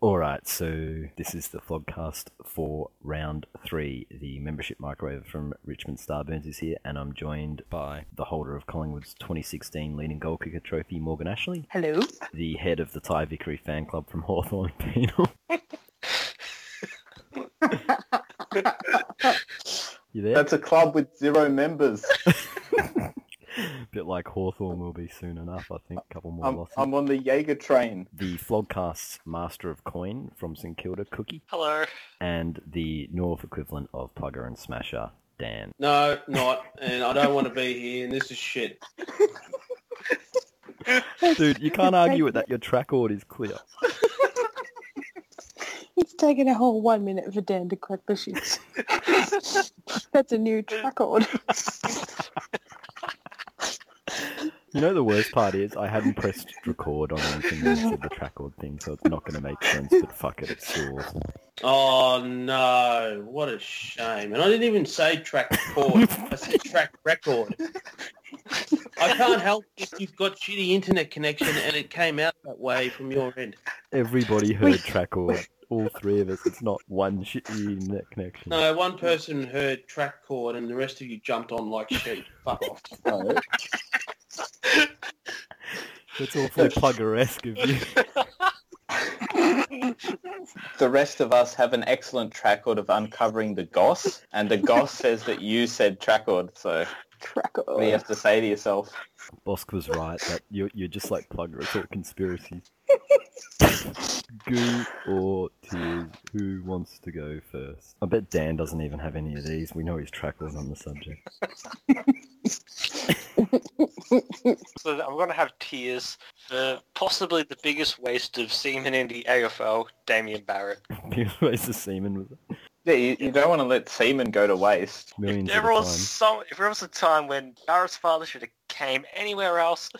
All right, so this is the vlogcast for round three. The membership microwave from Richmond Starburns is here, and I'm joined by the holder of Collingwood's 2016 leading goal kicker trophy, Morgan Ashley, Hello. the head of the Thai Vickery fan club from Hawthorn Penal. you there? That's a club with zero members. bit like Hawthorn will be soon enough, I think. A couple more I'm, losses. I'm on the Jaeger train. the Flogcast's Master of Coin from St Kilda, Cookie, Hello. and the North equivalent of Pugger and Smasher, Dan. No, not. And I don't want to be here. And this is shit. Dude, you can't argue with that. Your track order is clear. It's taken a whole one minute for Dan to crack the shits. That's a new track order. You know the worst part is I hadn't pressed record on anything that said the track order thing, so it's not going to make sense. But fuck it, it's still awesome. Oh no! What a shame. And I didn't even say track record. I said track record. I can't help if you've got shitty internet connection and it came out that way from your end. Everybody heard track order. All three of us. It's not one shitty net connection. No, one person heard track chord and the rest of you jumped on like sheep. Fuck off. No. It's awfully Pugger-esque of you. the rest of us have an excellent track record of uncovering the goss, and the goss says that you said track record, so Track what do you order. have to say to yourself? Bosk was right. That you're, you're just like Plugger. It's all conspiracy. Goo or tears? Who wants to go first? I bet Dan doesn't even have any of these. We know he's trackless on the subject. So I'm going to have tears for possibly the biggest waste of semen in the AFL, Damien Barrett. Biggest waste of semen with Yeah, you, you don't want to let semen go to waste. millions There at a time. was so if there was a time when Barrett's father should have came anywhere else,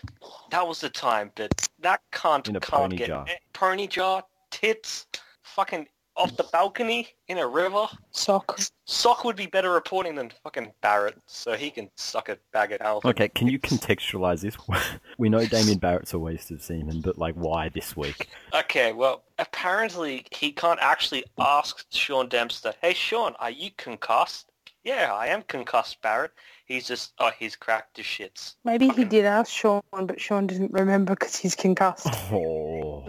that was the time that that cunt In a can't pony get jar. eh, pony jar, tits, fucking off the balcony in a river. Sock. Sock would be better reporting than fucking Barrett, so he can suck a bag of alpha. Okay, can you contextualize this? we know Damien Barrett's a waste of semen, but like, why this week? Okay, well, apparently he can't actually ask Sean Dempster, hey, Sean, are you concussed? Yeah, I am concussed, Barrett. He's just, oh, he's cracked to shits. Maybe he did ask Sean, but Sean didn't remember because he's concussed. Oh,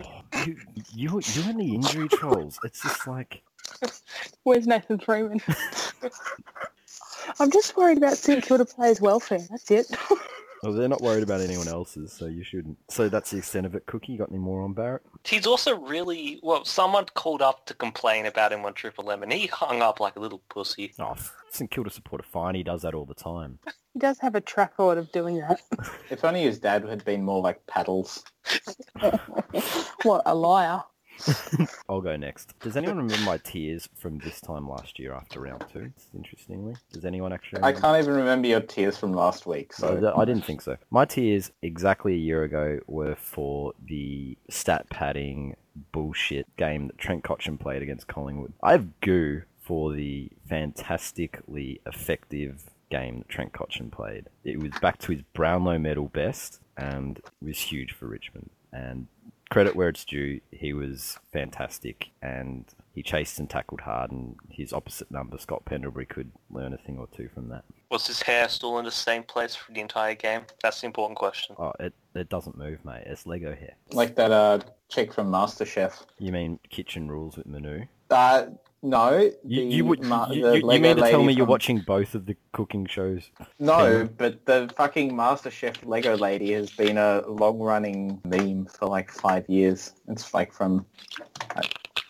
you, you, you and the injury trolls. It's just like Where's Nathan Freeman? I'm just worried about St Kilda players' welfare. That's it. Well, they're not worried about anyone else's, so you shouldn't. So that's the extent of it. Cookie, you got any more on Barrett? He's also really, well, someone called up to complain about him on Triple M, and he hung up like a little pussy. Oh, f- St Kilda supporter fine. He does that all the time. He does have a track record of doing that. If only his dad had been more like paddles. what a liar. I'll go next. Does anyone remember my tears from this time last year after round two? Interestingly, does anyone actually? I remember? can't even remember your tears from last week, No, so th- I didn't think so. My tears exactly a year ago were for the stat padding bullshit game that Trent Cotchin played against Collingwood. I have goo for the fantastically effective game that Trent Cotchin played. It was back to his Brownlow medal best and was huge for Richmond. And credit where it's due, he was fantastic and he chased and tackled hard and his opposite number, Scott Pendlebury, could learn a thing or two from that. Was his hair still in the same place for the entire game? That's the important question. Oh, it, it doesn't move, mate. It's Lego hair. like that uh, chick from MasterChef. You mean kitchen rules with Manu? Uh, no, You, the you, would, Ma- you, the you- you Lego mean to tell lady me you're from- watching both of the cooking shows? No, but the fucking MasterChef Lego lady has been a long-running meme for like five years. It's like from,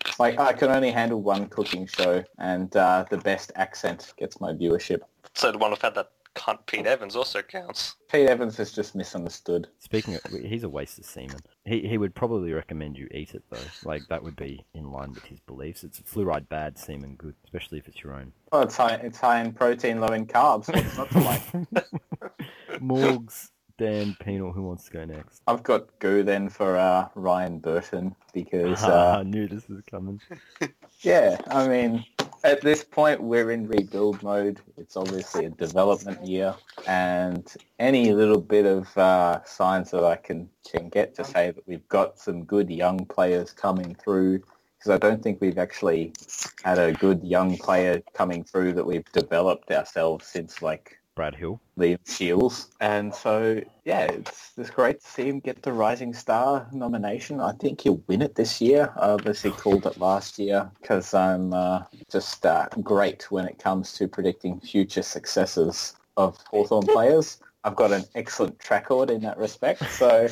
it's like I can only handle one cooking show, and uh, the best accent gets my viewership. So the one without that cunt Pete Evans also counts. Pete Evans is just misunderstood. Speaking of, he's a waste of semen. He, he would probably recommend you eat it, though. Like, that would be in line with his beliefs. It's fluoride bad, semen good, especially if it's your own. Well, it's high, it's high in protein, low in carbs. What's not to like? Morgs, Dan Penal, who wants to go next? I've got goo then for uh, Ryan Burton because uh, I knew this was coming. Yeah, I mean, at this point, we're in rebuild mode. It's obviously a development year, and any little bit of uh, signs that I can, can get to say that we've got some good young players coming through, because I don't think we've actually had a good young player coming through that we've developed ourselves since like Brad Hill. Liam Shields. And so, yeah, it's, it's great to see him get the Rising Star nomination. I think he'll win it this year. I obviously called it last year because I'm uh, just uh, great when it comes to predicting future successes of Hawthorn players. I've got an excellent track record in that respect, so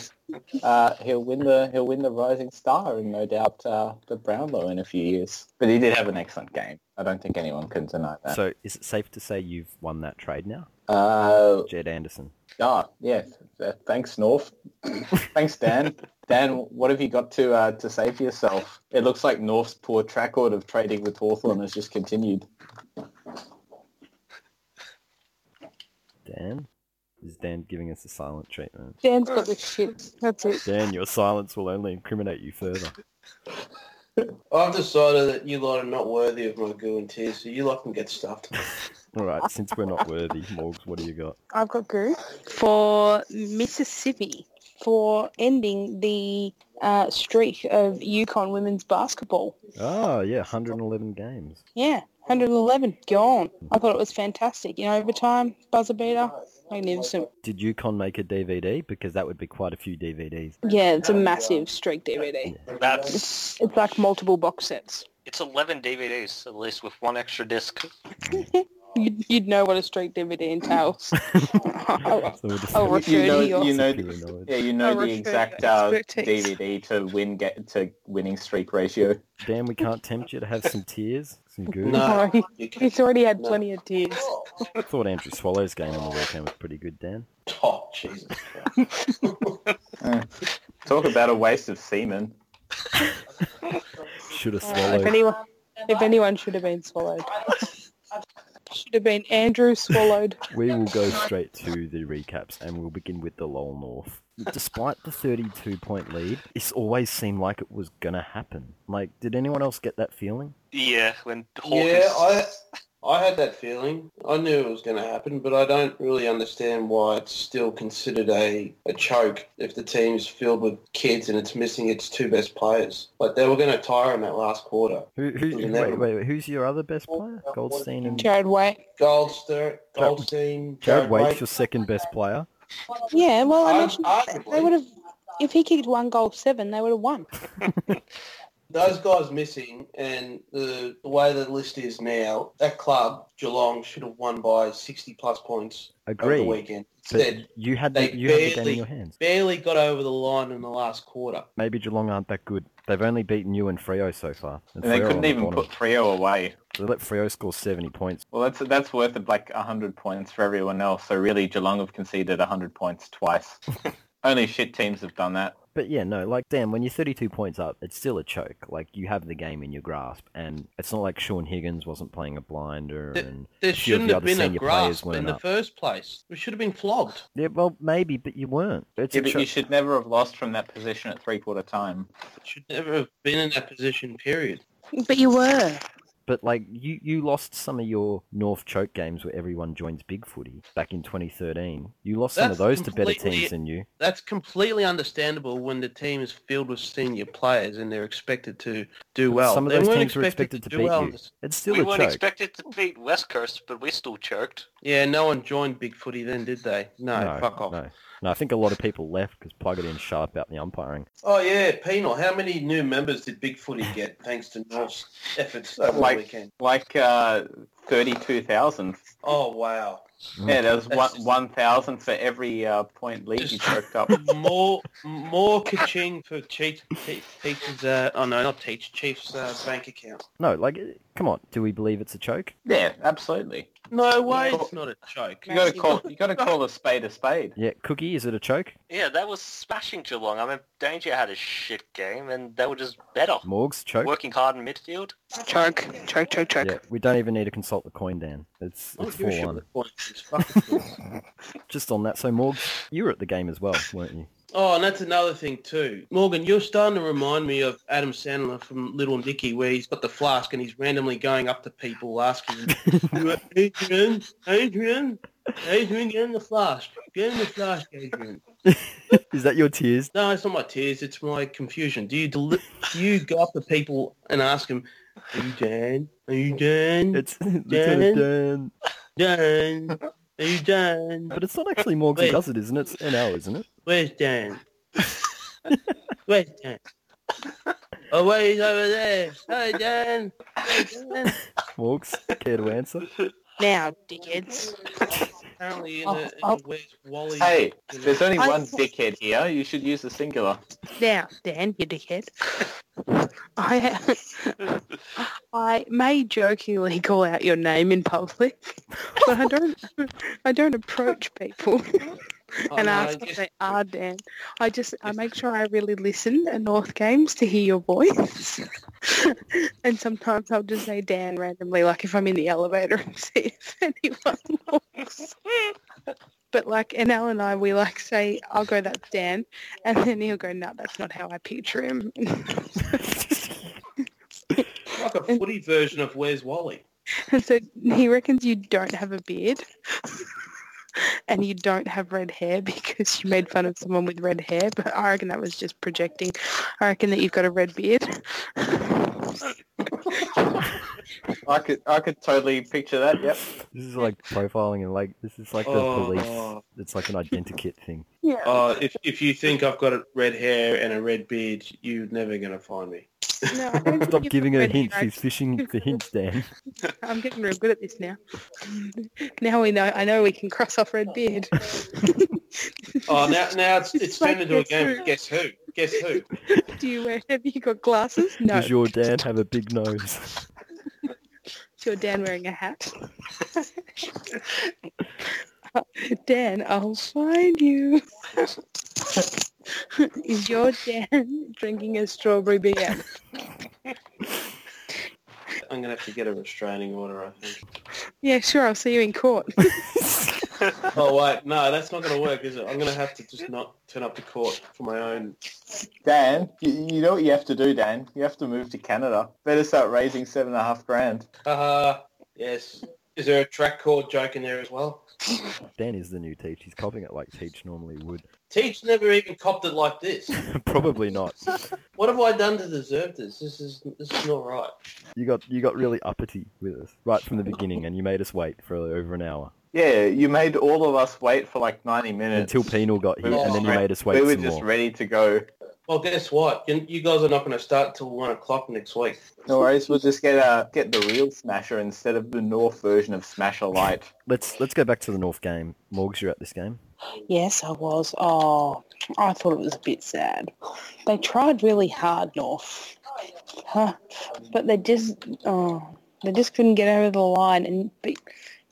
uh, he'll win the he'll win the Rising Star and no doubt uh, the Brownlow in a few years. But he did have an excellent game. I don't think anyone can deny that. So is it safe to say you've won that trade now? uh, Jed Anderson. Ah, yeah. Th- Thanks, North. Thanks, Dan. Dan, what have you got to uh, to say for yourself? It looks like North's poor track record of trading with Hawthorn has just continued. Dan? Is Dan giving us a silent treatment? Dan's got the shit. That's it. Dan, your silence will only incriminate you further. I've decided that you lot are not worthy of my goo and tears, so you lot can get stuffed. All right, since we're not worthy, Morgs, what do you got? I've got goo for Mississippi for ending the uh, streak of Yukon women's basketball. Oh, yeah, 111 games. Yeah, 111 gone. I thought it was fantastic. You know, overtime, buzzer beater, magnificent. Did UConn make a DVD? Because that would be quite a few DVDs. Yeah, it's a massive streak DVD. That's It's like multiple box sets. it's eleven DVDs at least with one extra disc. You'd, you'd know what a streak DVD entails. So we'll just- I'll refer You know, to your you know, Particular knowledge. yeah, you know I the refer exact your uh, expertise. DVD to win get to winning streak ratio. Dan, we can't tempt you to have some tears, some goo. No. Sorry. You can He's already had plenty of tears. I thought Andrew Swallow's game on the weekend was pretty good, Dan. Oh, Jesus Christ. Uh, Talk about a waste of semen. Should have If swallowed. anyone, if anyone should have been swallowed, should have been Andrew swallowed. We will go straight to the recaps and we'll begin with the Lowell North. Despite the 32 point lead, it's always seemed like it was gonna happen. Like, did anyone else get that feeling? Yeah, when Hawkins Yeah, I I had that feeling. I knew it was going to happen, but I don't really understand why it's still considered a, a choke if the team's filled with kids and it's missing its two best players. Like they were going to tire him that last quarter. Who, who, Yeah. wait, wait, wait, who's your other best player? Goldstein and Jared Waite. Goldster, Goldstein, Jared Waite's Wait. your second best player. Yeah, well, I Ar- mentioned Oh, they arguably. would have. If he kicked one goal seven, they would have won. Those guys missing, and the, the way the list is now, that club Geelong should have won by sixty plus points over the Agree. weekend. Instead, But you had they the, you had the game in barely- your hands. barely got over the line in the last quarter. Maybe Geelong aren't that good. They've only beaten you and Freo so far. And And they Freo on couldn't the even bottom. put Frio away. They let Freo score 70 points. Well, that's that's worth like hundred points for everyone else. So really, Geelong have conceded hundred points twice. Only shit teams have done that. But yeah, no, like Dan, when you're 32 points up, it's still a choke. Like you have the game in your grasp, and it's not like Sean Higgins wasn't playing a blinder. Th- And There a few of shouldn't the have other been a senior players grasp in weren't the up. first place. We should have been flogged. Yeah, well, maybe, but you weren't. It's Yeah, a but you choke. should never have lost from that position at three quarter time. We should never have been in that position, period. But you were. But like you, you lost some of your North choke games where everyone joins big footy back in 2013. You lost some of That's those to better completely- teams than you. That's completely understandable when the team is filled with senior players and they're expected to do well. some of They those weren't teams were expected to do beat well. you. It's still we a weren't choke. expected to beat West Coast, but we still choked. Yeah, no one joined Big Footy then, did they? No, fuck off. No. No, I think a lot of people left because Plug it in shut up about the umpiring. Oh yeah, Penal. How many new members did Big Footy get thanks to North's efforts over Like- the weekend? Like uh, thirty-two thousand. Oh wow. Yeah, there was That's one just- one thousand for every uh, point lead you choked up. more more kaching for Chief, Chief, Chief's, uh, oh no, not Teach, Chief's uh, bank account. No, like, eh, come on, do we believe it's a choke? Yeah, absolutely. No way, it's not a choke. You gotta call you gotta call a spade a spade. Yeah, Cookie, is it a choke? Yeah, that was smashing Geelong. I mean, Danger had a shit game, and they were just better. Morgs, choke? Working hard in midfield. Choke, choke, choke, choke. Yeah, we don't even need to consult the coin, Dan. It's I it's don't give a shit 4 1. what points it's fucking for. Just on that, so Morgs, you were at the game as well, weren't you? Oh, and that's another thing too, Morgan. You're starting to remind me of Adam Sandler from Little Nicky, where he's got the flask and he's randomly going up to people asking, "You are "Adrian, Adrian, Adrian, get in the flask, get in the flask, Adrian." Is that your tears? No, it's not my tears; it's my confusion. Do you deli- do you go up to people and ask them, "Are you Dan? Are you Dan? It's Lieutenant Dan. Dan? Are you Dan? But it's not actually Morgs who Wait. does it, isn't it? It's NL, isn't it? Where's Dan? Where's Dan? Oh, wait, he's over there. Hey, Dan. Hey, Dan. Morgs, care to answer? Now, dickheads. Apparently, uh, Oh, in a, in oh. a Where's Wally? Hey, there's only I- one dickhead here. You should use the singular. Now, Dan, you dickhead. I, I may jokingly call out your name in public, but I don't. I don't approach people Uh, and Oh, ask if they are Dan. I just I make sure I really listen at North Games to hear your voice, and sometimes I'll just say Dan randomly, like if I'm in the elevator and see if anyone walks. But like, and Al and I, we like say, "I'll go, that's Dan," and then he'll go, "No, that's not how I picture him." like a footy version of Where's Wally. And so he reckons you don't have a beard and you don't have red hair because you made fun of someone with red hair, but I reckon that was just projecting. I reckon that you've got a red beard. I could I could totally picture that. Yep. This is like profiling and like, this is like the police. Oh. It's like an identikit thing. Yeah. Oh, if if you think I've got red hair and a red beard, you're never gonna find me. No, I don't Stop think giving you've her got red hints. hair. She's fishing for hints, Dan. I'm getting real good at this now. Now we know. I know we can cross off red beard. Oh, now now it's It's it's, like turned into a Guess game. Who. of Guess who? Guess who? Do you wear? Have you got glasses? No. Does your Dan have a big nose? Is your Dan wearing a hat? Dan, I'll find you. Is your Dan drinking a strawberry beer? I'm gonna have to get a restraining order, I think. Yeah, sure, I'll see you in court. Oh wait, no, that's not gonna work, is it? I'm gonna have to just not turn up to court for my own. Dan, you, you know what you have to do, Dan. You have to move to Canada. Better start raising seven and a half grand. Uh, yes. Is there a track court joke in there as well? Dan is the new Teach. He's copying it like Teach normally would. Teach never even copped it like this. Probably not. What have I done to deserve this? This is this is not right. You got you got really uppity with us right from the beginning, and you made us wait for over an hour Yeah, you made all of us wait for like 90 minutes. until Penal got here, and then you made us we wait were some just more. ready to go. Well, guess what? You, you guys are not going to start till one o'clock next week. No worries, we'll just get uh, get the real Smasher instead of the North version of Smasher Light. Let's let's go back to the North game. Morgs, you're at this game. yes, I was. Oh, I thought it was a bit sad. They tried really hard, North. Huh. But they just, oh, they just couldn't get over the line. And but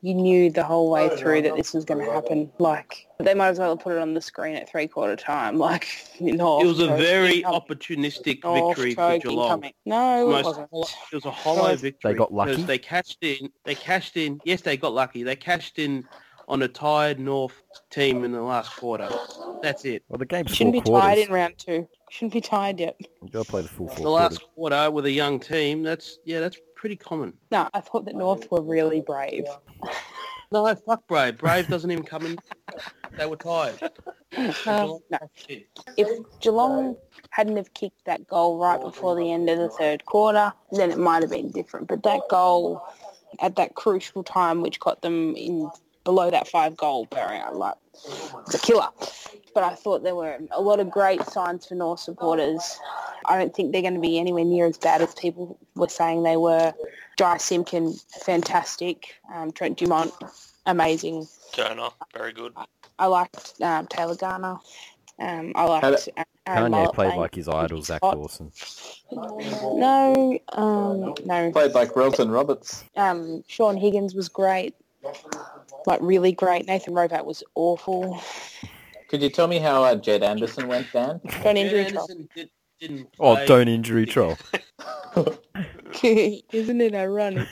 you knew the whole way through that this was going to happen. Like, they might as well have put it on the screen at three-quarter time. Like, North. It was a choke very incoming. opportunistic North victory for choke Geelong. incoming. No, it Most- wasn't. It was a hollow Guys, victory. They got lucky? because They cashed in. They cashed in. Yes, they got lucky. They cashed in on a tired North team in the last quarter. That's it. Well, the game's Shouldn't four be tired quarters. in round two. Shouldn't be tired yet. You gotta play the full four The last quarter with a young team. That's yeah. That's pretty common. No, I thought that North were really brave. No, fuck Brave. Brave doesn't even come in. They were tired. Um, no. If Geelong hadn't have kicked that goal right before the end of the third quarter, then it might have been different. But that goal at that crucial time, which got them in below that five goal barrier, like it's a killer. But I thought there were a lot of great signs for North supporters. I don't think they're going to be anywhere near as bad as people were saying they were. Jai Simpkin, fantastic. Um, Trent Dumont, amazing. Turner, very good. I liked um, Taylor Garner. Um, I liked Kanye Aaron Mullet played playing- like his idol, Zach Hot. Dawson. No, um, no. Played like Relton Roberts. Um, Sean Higgins was great. Like really great. Nathan Robat was awful. Could you tell me how uh, Jed Anderson went, Dan? Don't Jed injure yourself. Anderson did, didn't Oh, play. don't injury troll. Isn't it ironic?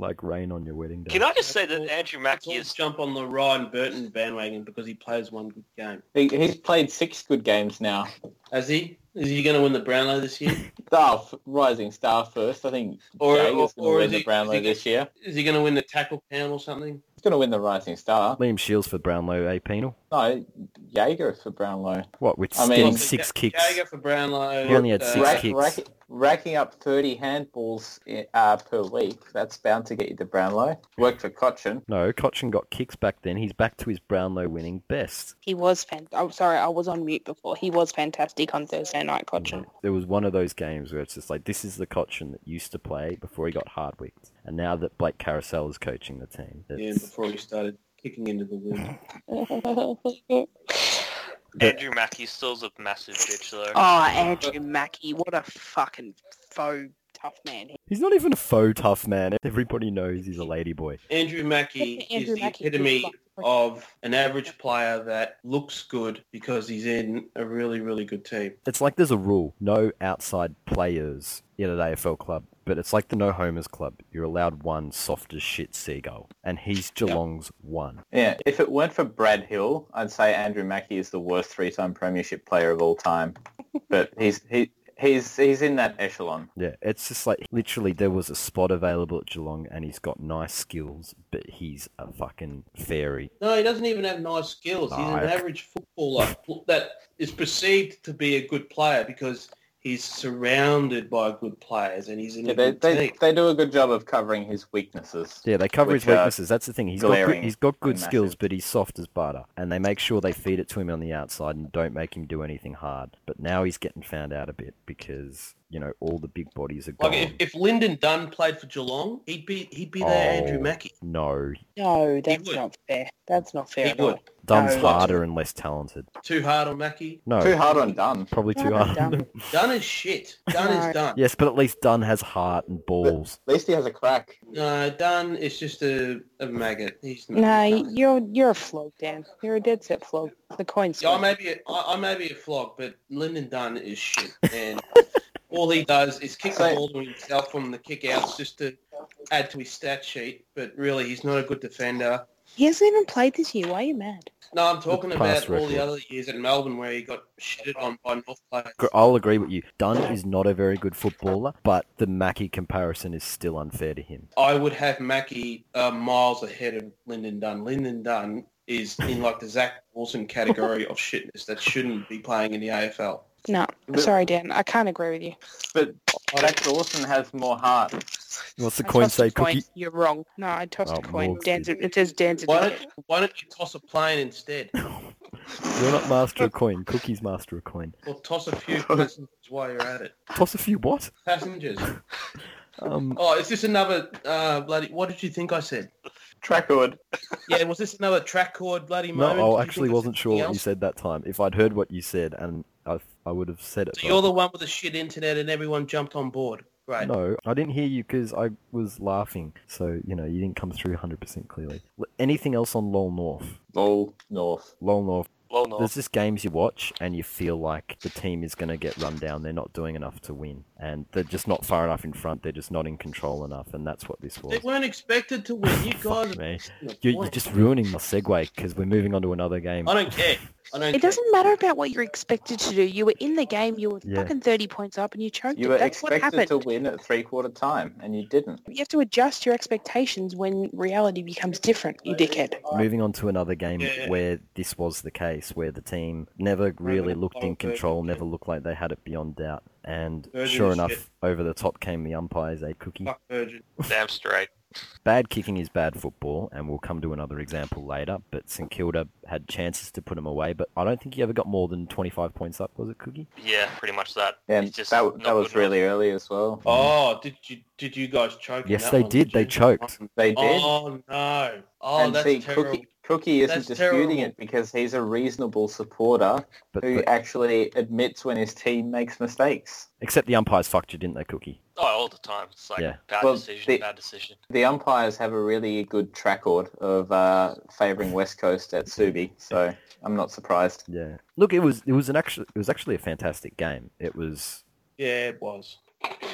like rain on your wedding day. Can I just say that Andrew Mackie Let's is jump on the Ryan Burton bandwagon because he plays one good game. He, he's played six good games now. Has he? Is he going to win the Brownlow this year? Star, f- rising star first. I think Or- Jaeger's or- going to or win is the he- Brownlow is he- this year. Is he going to win the tackle count or something? He's going to win the Rising Star. Liam Shields for Brownlow a penal. No, Jaeger for Brownlow. What with I mean- getting Well, so six Ja- kicks? Jaeger for Brownlow. He only had Six Rack, kicks. rack, racking up 30 handballs i- uh, per week. That's bound to get you to Brownlow. Worked for Cochin. No, Cochin got kicks back then. He's back to his Brownlow winning best. he was fan- I'm sorry, I was on mute before. He was fantastic on Thursday night, Cochin. There was one of those games where it's just like this is the Cochin that used to play before he got hardwicked, and now that Blake Carousel is coaching the team, Yeah, it's, before he started kicking into the wind. oh, Andrew Mackie stills a massive bitch though. Oh. Oh, Andrew Mackie, what a fucking faux tough man. he's not even a faux tough man. Everybody knows he's a lady boy. Andrew Mackey Andrew is the Mackey is epitome like- of an average player that looks good because he's in a really, really good team. It's like there's a rule: no outside players in an AFL club. But it's like the No Homers Club. You're allowed one soft as shit seagull, and he's Geelong's one. Yeah, if it weren't for Brad Hill, I'd say Andrew Mackey is the worst three-time premiership player of all time. But he's he he's he's in that echelon. Yeah, it's just like literally there was a spot available at Geelong, and he's got nice skills, but he's a fucking fairy. No, he doesn't even have nice skills. He's Nah, an I- average footballer that is perceived to be a good player because he's surrounded by good players and he's in Yeah, a they, good they, team. they do a good job of covering his weaknesses. Yeah, they cover his Which are weaknesses. That's the thing. He's got good, glaring he's got good and skills, massive. but he's soft as butter, and they make sure they feed it to him on the outside and don't make him do anything hard. But now he's getting found out a bit because you know all the big bodies are gone. Like if, if Lyndon Dunn played for Geelong, he'd be he'd be their Andrew Oh. Mackey. no, No, that's would. not fair. That's not fair He at all. would. Dunn's No. harder and less talented. Too hard on Mackey. No, Too hard on Dunn. probably too Dunn and hard. Dunn. Dunn is shit. Dunn No. is Dunn. yes, but at least Dunn has heart and balls. At least he has a crack. No, Dunn is just a, a maggot. He's not No, you're you're a flog, Dan. You're a dead set flog. The coin's Yeah, I may be a, I, I may be a flog, but Lyndon Dunn is shit, and all he does is kick the So- ball to himself from the kickouts just to add to his stat sheet. But really, he's not a good defender. He hasn't even played this year. Why are you mad? No, I'm talking pass about all the record. other years at Melbourne where he got shitted on by North players. Gr- I'll agree with you. Dunn is not a very good footballer, but the Mackey comparison is still unfair to him. I would have Mackey uh, miles ahead of Lyndon Dunn. Lyndon Dunn is in like the Zach Wilson category of shitness that shouldn't be playing in the AFL. No, But- sorry, Dan. I can't agree with you. But Zach Dawson has more heart. What's the I coin tossed a say, coin. Cookie? You're wrong. No, I tossed Oh, a coin. Morgs Dan's, it says Dan's. Why don't, why don't you toss a plane instead? You're not master of coin. Cookie's master of coin. Or toss a few passengers while you're at it. Toss a few what? Passengers. Um, Oh, is this another uh, bloody? What did you think I said? Trackwood. Yeah, was this another track chord bloody moment? Did no, you I think actually said wasn't sure something what you else? said that time. If I'd heard what you said, and I, I would have said it. So but you're the one with the shit internet, and everyone jumped on board. I- Great. No, I didn't hear you because I was laughing. So you know, you didn't come through 100% clearly. L- Anything else on Lowell North? Lowell North. Lowell North. Well, There's not. just games you watch and you feel like the team is going to get run down. They're not doing enough to win, and they're just not far enough in front. They're just not in control enough, and that's what this was. They weren't expected to win. You guys, Fuck me. are You're, you're just ruining my segue because we're moving on to another game. I don't care. I don't. It care. doesn't matter about what you're expected to do. You were in the game. You were Yeah. fucking 30 points up and you choked You it. were That's what expected happened. to win at three-quarter time, and you didn't. You have to adjust your expectations when reality becomes different, you dickhead. Moving on to another game Yeah. where this was the case, where the team never really gonna looked follow in control, Virgin. never looked like they had it beyond doubt. And Virgin sure is enough, shit. over the top came the umpires, a cookie. Fuck Virgin. Damn straight. Bad kicking is bad football, and we'll come to another example later. But St Kilda had chances to put him away, but I don't think he ever got more than 25 points up, was it, Cookie? Yeah, pretty much that. Yeah, It's just that, that not was good enough. really early as well. Oh, did you did you guys choke? in Yes, that they one, did. They you? choked. They did. Oh no! Oh, and that's see, terrible. Cookie, Cookie isn't That's disputing terrible. it because he's a reasonable supporter But, who but- actually admits when his team makes mistakes. except the umpires fucked you, didn't they, Cookie? Oh, all the time. It's like Yeah. bad Well, decision, the- bad decision. The umpires have a really good track record of uh, favouring West Coast at Subi, so I'm not surprised. Yeah. Look, it was it was an actual it was actually a fantastic game. It was Yeah, it was.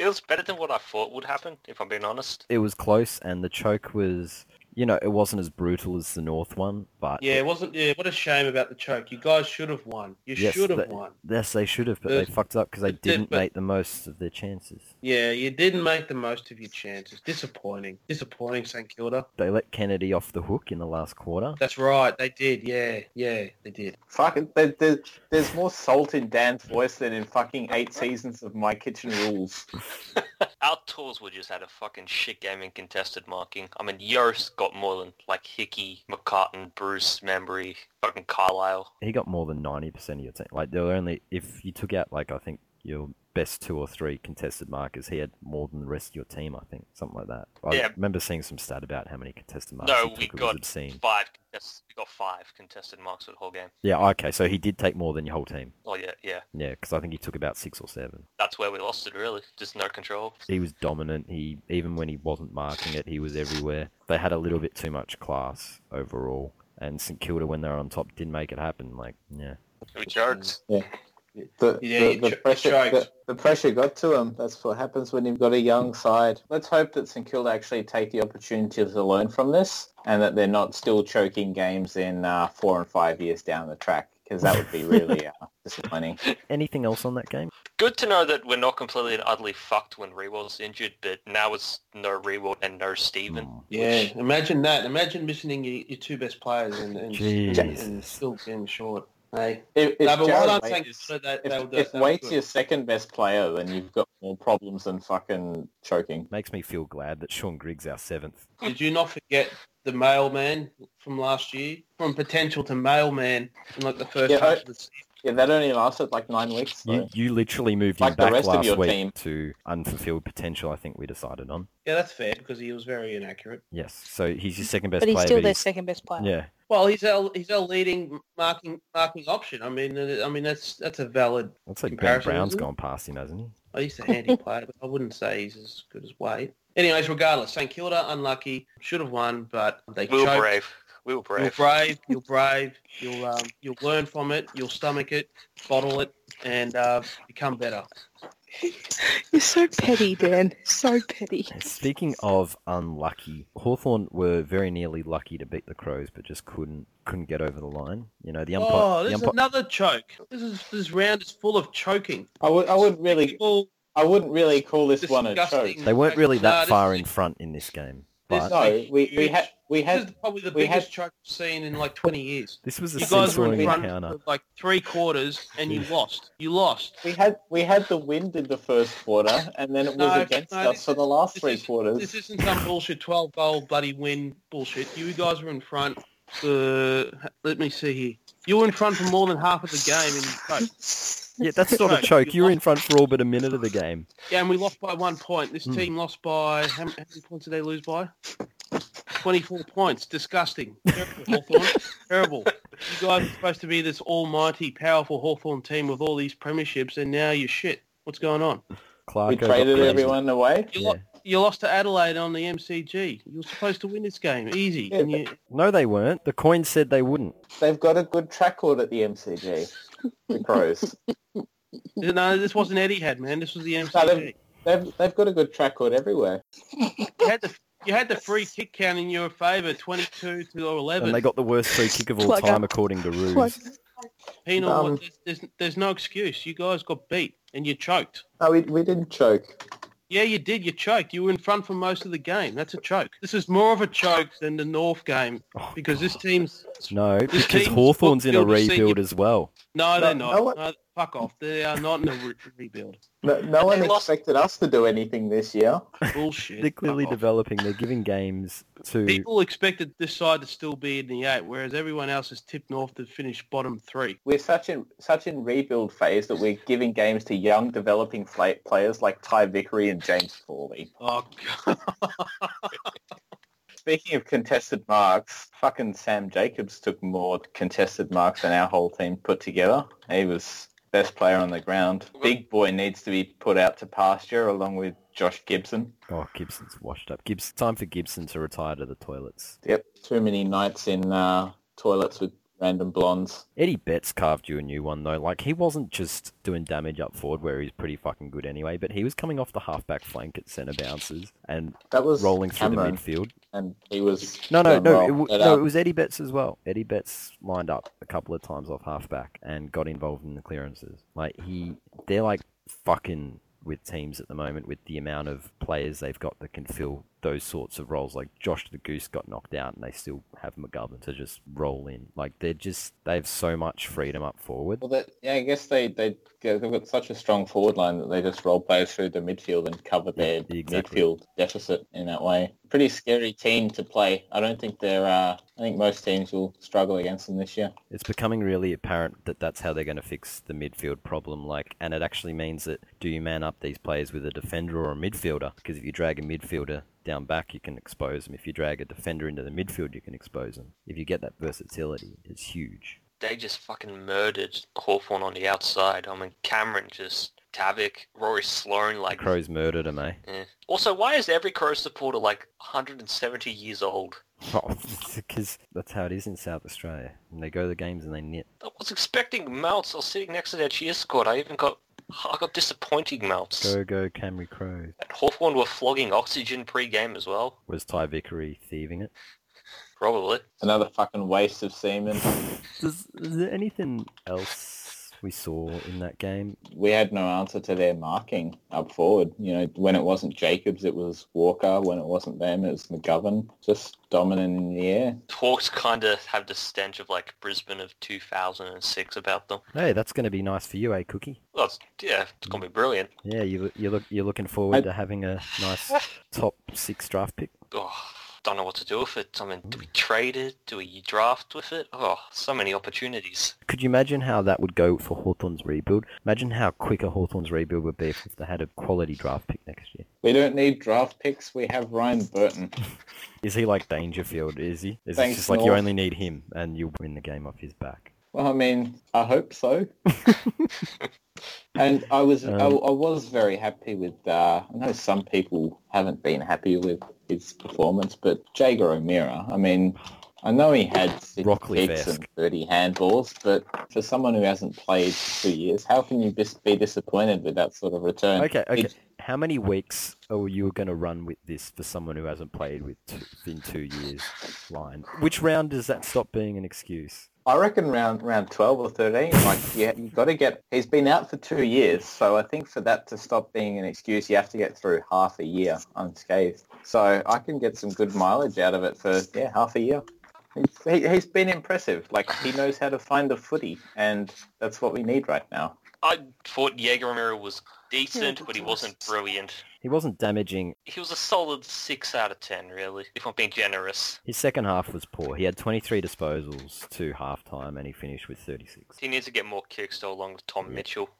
It was better than what I thought would happen, if I'm being honest. it was close, and the choke was you know it wasn't as brutal as the North one, but Yeah, it wasn't. Yeah, what a shame about the choke. You guys should have won. You Yes, should have they- won. Yes, they should have, but The- they fucked up because they the- didn't but- make the most of their chances. Yeah, you didn't make the most of your chances. Disappointing. Disappointing, St Kilda. They let Kennedy off the hook in the last quarter. That's right. They did. Yeah, yeah, they did. Fuck, it, there, there, there's more salt in Dan's voice than in fucking eight seasons of My Kitchen Rules. Our tours were just had a fucking shit game in contested marking. I mean, Yost got more than like Hickey, McCartan, Bruce, Membry, fucking Carlisle. He got more than ninety percent of your team. Like there were only if you took out like I think your best two or three contested markers, he had more than the rest of your team. I think something like that. I Yeah. remember seeing some stat about how many contested marks. he No, took. we it was got obscene. five. Contest- we got five contested marks for the whole game. Yeah, okay, so he did take more than your whole team. Oh yeah, yeah. Yeah, because I think he took about six or seven. That's where we lost it. Really, just no control. He was dominant. He even when he wasn't marking it, he was everywhere. They had a little bit too much class overall. And St Kilda, when they were on top, didn't make it happen. Like, yeah, We joked. The, Yeah, the, the you cho- you pressure, the, choked. the pressure got to him. That's what happens when you've got a young side. Let's hope that St Kilda actually take the opportunities to learn from this and that they're not still choking games in uh, four and five years down the track because that would be really uh, disappointing. anything else on that game? Good to know that we're not completely and utterly fucked when Rewald's injured, but now it's no Rewald and no Steven. Hmm. Yeah, imagine that. Imagine missing your, your two best players and, and, and, and Jesus. still being short. Hey, If, if no, but well Jared done, Waite St is- Kilda. if, They, they were- if they were Waite's good. your second best player, then you've got more problems than fucking choking. Makes me feel glad that Sean Griggs our seventh. Did you not forget the mailman from last year? From potential to mailman in like the first Yeah, half I- of the season. Yeah, that only lasted like nine weeks. So. You you literally moved him Like the back rest of last your week team. to unfulfilled potential. I think we decided on. Yeah, that's fair because he was very inaccurate. Yes, so he's your second best but he's player. still but their he's- second best player. yeah, Well, he's our he's our leading marking marking option. I mean, uh, I mean that's that's a valid. that's like Ben Comparison, Brown's isn't it? gone past him, hasn't he? I used to handy player, but I wouldn't say he's as good as Wade. Anyways, regardless, St Kilda unlucky, should have won, but they We were choked. brave. We were You're brave. brave. You're brave. You'll um, you'll learn from it. You'll stomach it, bottle it, and uh, become better. You're so petty, Dan. So petty. Speaking of unlucky, Hawthorn were very nearly lucky to beat the Crows, but just couldn't couldn't get over the line. You know the umpire. oh, the this is umpi- another choke. This is this round is full of choking. I would, I would really, People I wouldn't really call this one a choke. disgusting. they weren't really Nah, that this far is- in front in this game, this- but No, we, we had we This is had probably the we had- biggest choke I've seen in like 20 years. this was a You guys were seesaw in front encounter. for like three quarters, and you lost. You lost. we had we had the wind in the first quarter, and then it was No, against no, us this for is- the last this three is- quarters. This isn't some bullshit 12 goal bloody win bullshit. You guys were in front. Uh, let me see here. You were in front for more than half of the game, and you choked. Yeah, that's not a Right, choke. you You were in front for all but a minute of the game. yeah, and we lost by one point. This Hmm. team lost by how, how many points did they lose by? 24 points. Disgusting. Terrible. Hawthorn. Terrible. You guys are supposed to be this almighty, powerful Hawthorn team with all these premierships, and now you're shit. What's going on? Clarko we got traded crazy. everyone away. You, Yeah. lo- you lost to Adelaide on the MCG. You were supposed to win this game. Easy. Yeah, and you, No, they weren't. The coin said they wouldn't. They've got a good track record at the MCG. The Crows. No, this wasn't Eddie had, man. This was the No, MCG. they've, they've they've got a good track record everywhere. You had the, you had the free kick count in your favour, 22 to And 11. they got the worst free kick of all Plug time, up. according to Ruse. Plug- Penal, um, there's, there's, there's no excuse. You guys got beat and you choked. No, Oh, we, we didn't choke. Yeah, you did. You choked. You were in front for most of the game. That's a choke. This is more of a choke than the North game Oh, because this team's... No, because team's Hawthorn's in a football senior- rebuild as well. No, No, they're not. no one- No, fuck off. They are not in a re- rebuild. No, no one They lost- expected us to do anything this year. Bullshit. They're Fuck clearly off. developing. They're giving games to People expected this side to still be in the eight, whereas everyone else has tipped North to finish bottom three. We're such in such in rebuild phase that we're giving games to young developing fla- players like Ty Vickery and James Forley. Oh, God. Speaking of contested marks, fucking Sam Jacobs took more contested marks than our whole team put together. He was best player on the ground. Big boy needs to be put out to pasture along with Josh Gibson. Oh, Gibson's washed up. Gibson, time for Gibson to retire to the toilets. Yep. Too many nights in uh, toilets with random blondes. Eddie Betts carved you a new one though. Like he wasn't just doing damage up forward where he's pretty fucking good anyway, but he was coming off the halfback flank at centre bounces and That was rolling through Cameron, the midfield. and he was No, no, doing no, well. it w- But, no. um, It was Eddie Betts as well. Eddie Betts lined up a couple of times off halfback and got involved in the clearances. Like he, they're like fucking with teams at the moment with the amount of players they've got that can fill those sorts of roles. Like Josh the Goose got knocked out, and they still have McGovern to just roll in. Like they're just they have so much freedom up forward. Well, that, yeah, I guess they they they've got such a strong forward line that they just roll players through the midfield and cover their Yeah, exactly. midfield deficit in that way. Pretty scary team to play. I don't think they're. Uh, I think most teams will struggle against them this year. It's becoming really apparent that that's how they're going to fix the midfield problem. Like, and it actually means that do you man up these players with a defender or a midfielder? Because if you drag a midfielder down back, you can expose them. If you drag a defender into the midfield, you can expose them. If you get that versatility, it's huge. They just fucking murdered Hawthorn on the outside. I mean, Cameron just Tavik, Rory Sloan, like. Crows murdered him, eh? eh. Also, why is every Crow supporter like 170 years old? Because Oh, that's how it is in South Australia. And they go to the games and they knit. I was expecting Mounts. I was sitting next to their cheer squad. I even got I got disappointing Mounts. Go, go, Camry Crows. And Hawthorn were flogging oxygen pre-game as well. Was Ty Vickery thieving it? Probably. Another fucking waste of semen. Does, is there anything else we saw in that game? we had no answer to their marking up forward. You know, when it wasn't Jacobs, it was Walker. When it wasn't them, it was McGovern. Just dominant in the air. Hawks kind of have the stench of like Brisbane of 2006 about them. Hey, that's going to be nice for you, eh, Cookie? Well, it's, yeah, it's gonna be brilliant. Yeah, you look, you look, you're looking forward I- to having a nice top six draft pick. Oh, don't know what to do with it. I mean, do we trade it? Do we draft with it? Oh, so many opportunities. Could you imagine how that would go for Hawthorn's rebuild? Imagine how quick a Hawthorn's rebuild would be if they had a quality draft pick next year. We don't need draft picks. We have Ryan Burton. Is he like Dangerfield? Is he? Is it Thanks, just like you North. only need him and you'll win the game off his back? Well, I mean, I hope so. and I was, I, Um, I was very happy with. Uh, I know some people haven't been happy with his performance, but Jager O'Meara. I mean, I know he had six Rockley kicks Vesk. and thirty handballs, but for someone who hasn't played for two years, how can you just be disappointed with that sort of return? Okay, okay. It- How many weeks are you going to run with this for someone who hasn't played with two, in two years? Line. Which round does that stop being an excuse? I reckon round round twelve or thirteen. Like, yeah, you got to get. He's been out for two years, so I think for that to stop being an excuse, you have to get through half a year unscathed. So I can get some good mileage out of it for yeah half a year. He's, he, he's been impressive. Like he knows how to find the footy, and that's what we need right now. I thought Jaeger Romero was decent, but but he he wasn't was- brilliant. He wasn't damaging He was a solid six out of ten, really, if I'm being generous. His second half was poor. He had 23 disposals to halftime and he finished with 36. He needs to get more kicks though, along with Tom Mitchell.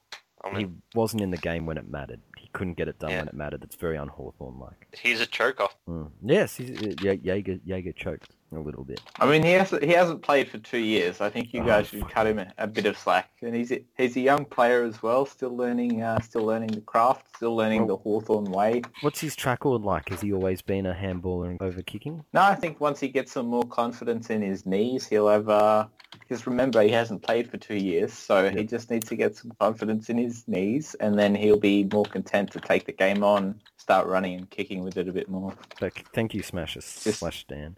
I mean, He wasn't in the game when it mattered. He couldn't get it done Yeah. when it mattered. That's very un-Hawthorn like. he's a choker. Mm. Yes, he's, uh, Ja- Jaeger, Jaeger choked a little bit. I mean, he hasn't he hasn't played for two years. I think you Oh, guys should fuck. cut him a, a bit of slack. And he's a, he's a young player as well, still learning uh, still learning the craft, still learning the Hawthorn way. What's his track record like? Has he always been a handballer and over kicking? No, I think once he gets some more confidence in his knees, he'll have. Uh, because remember, he hasn't played for two years, so he just needs to get some confidence in his knees, and then he'll be more content to take the game on, start running and kicking with it a bit more. Like, thank you, Smash Yes. Slash Dan.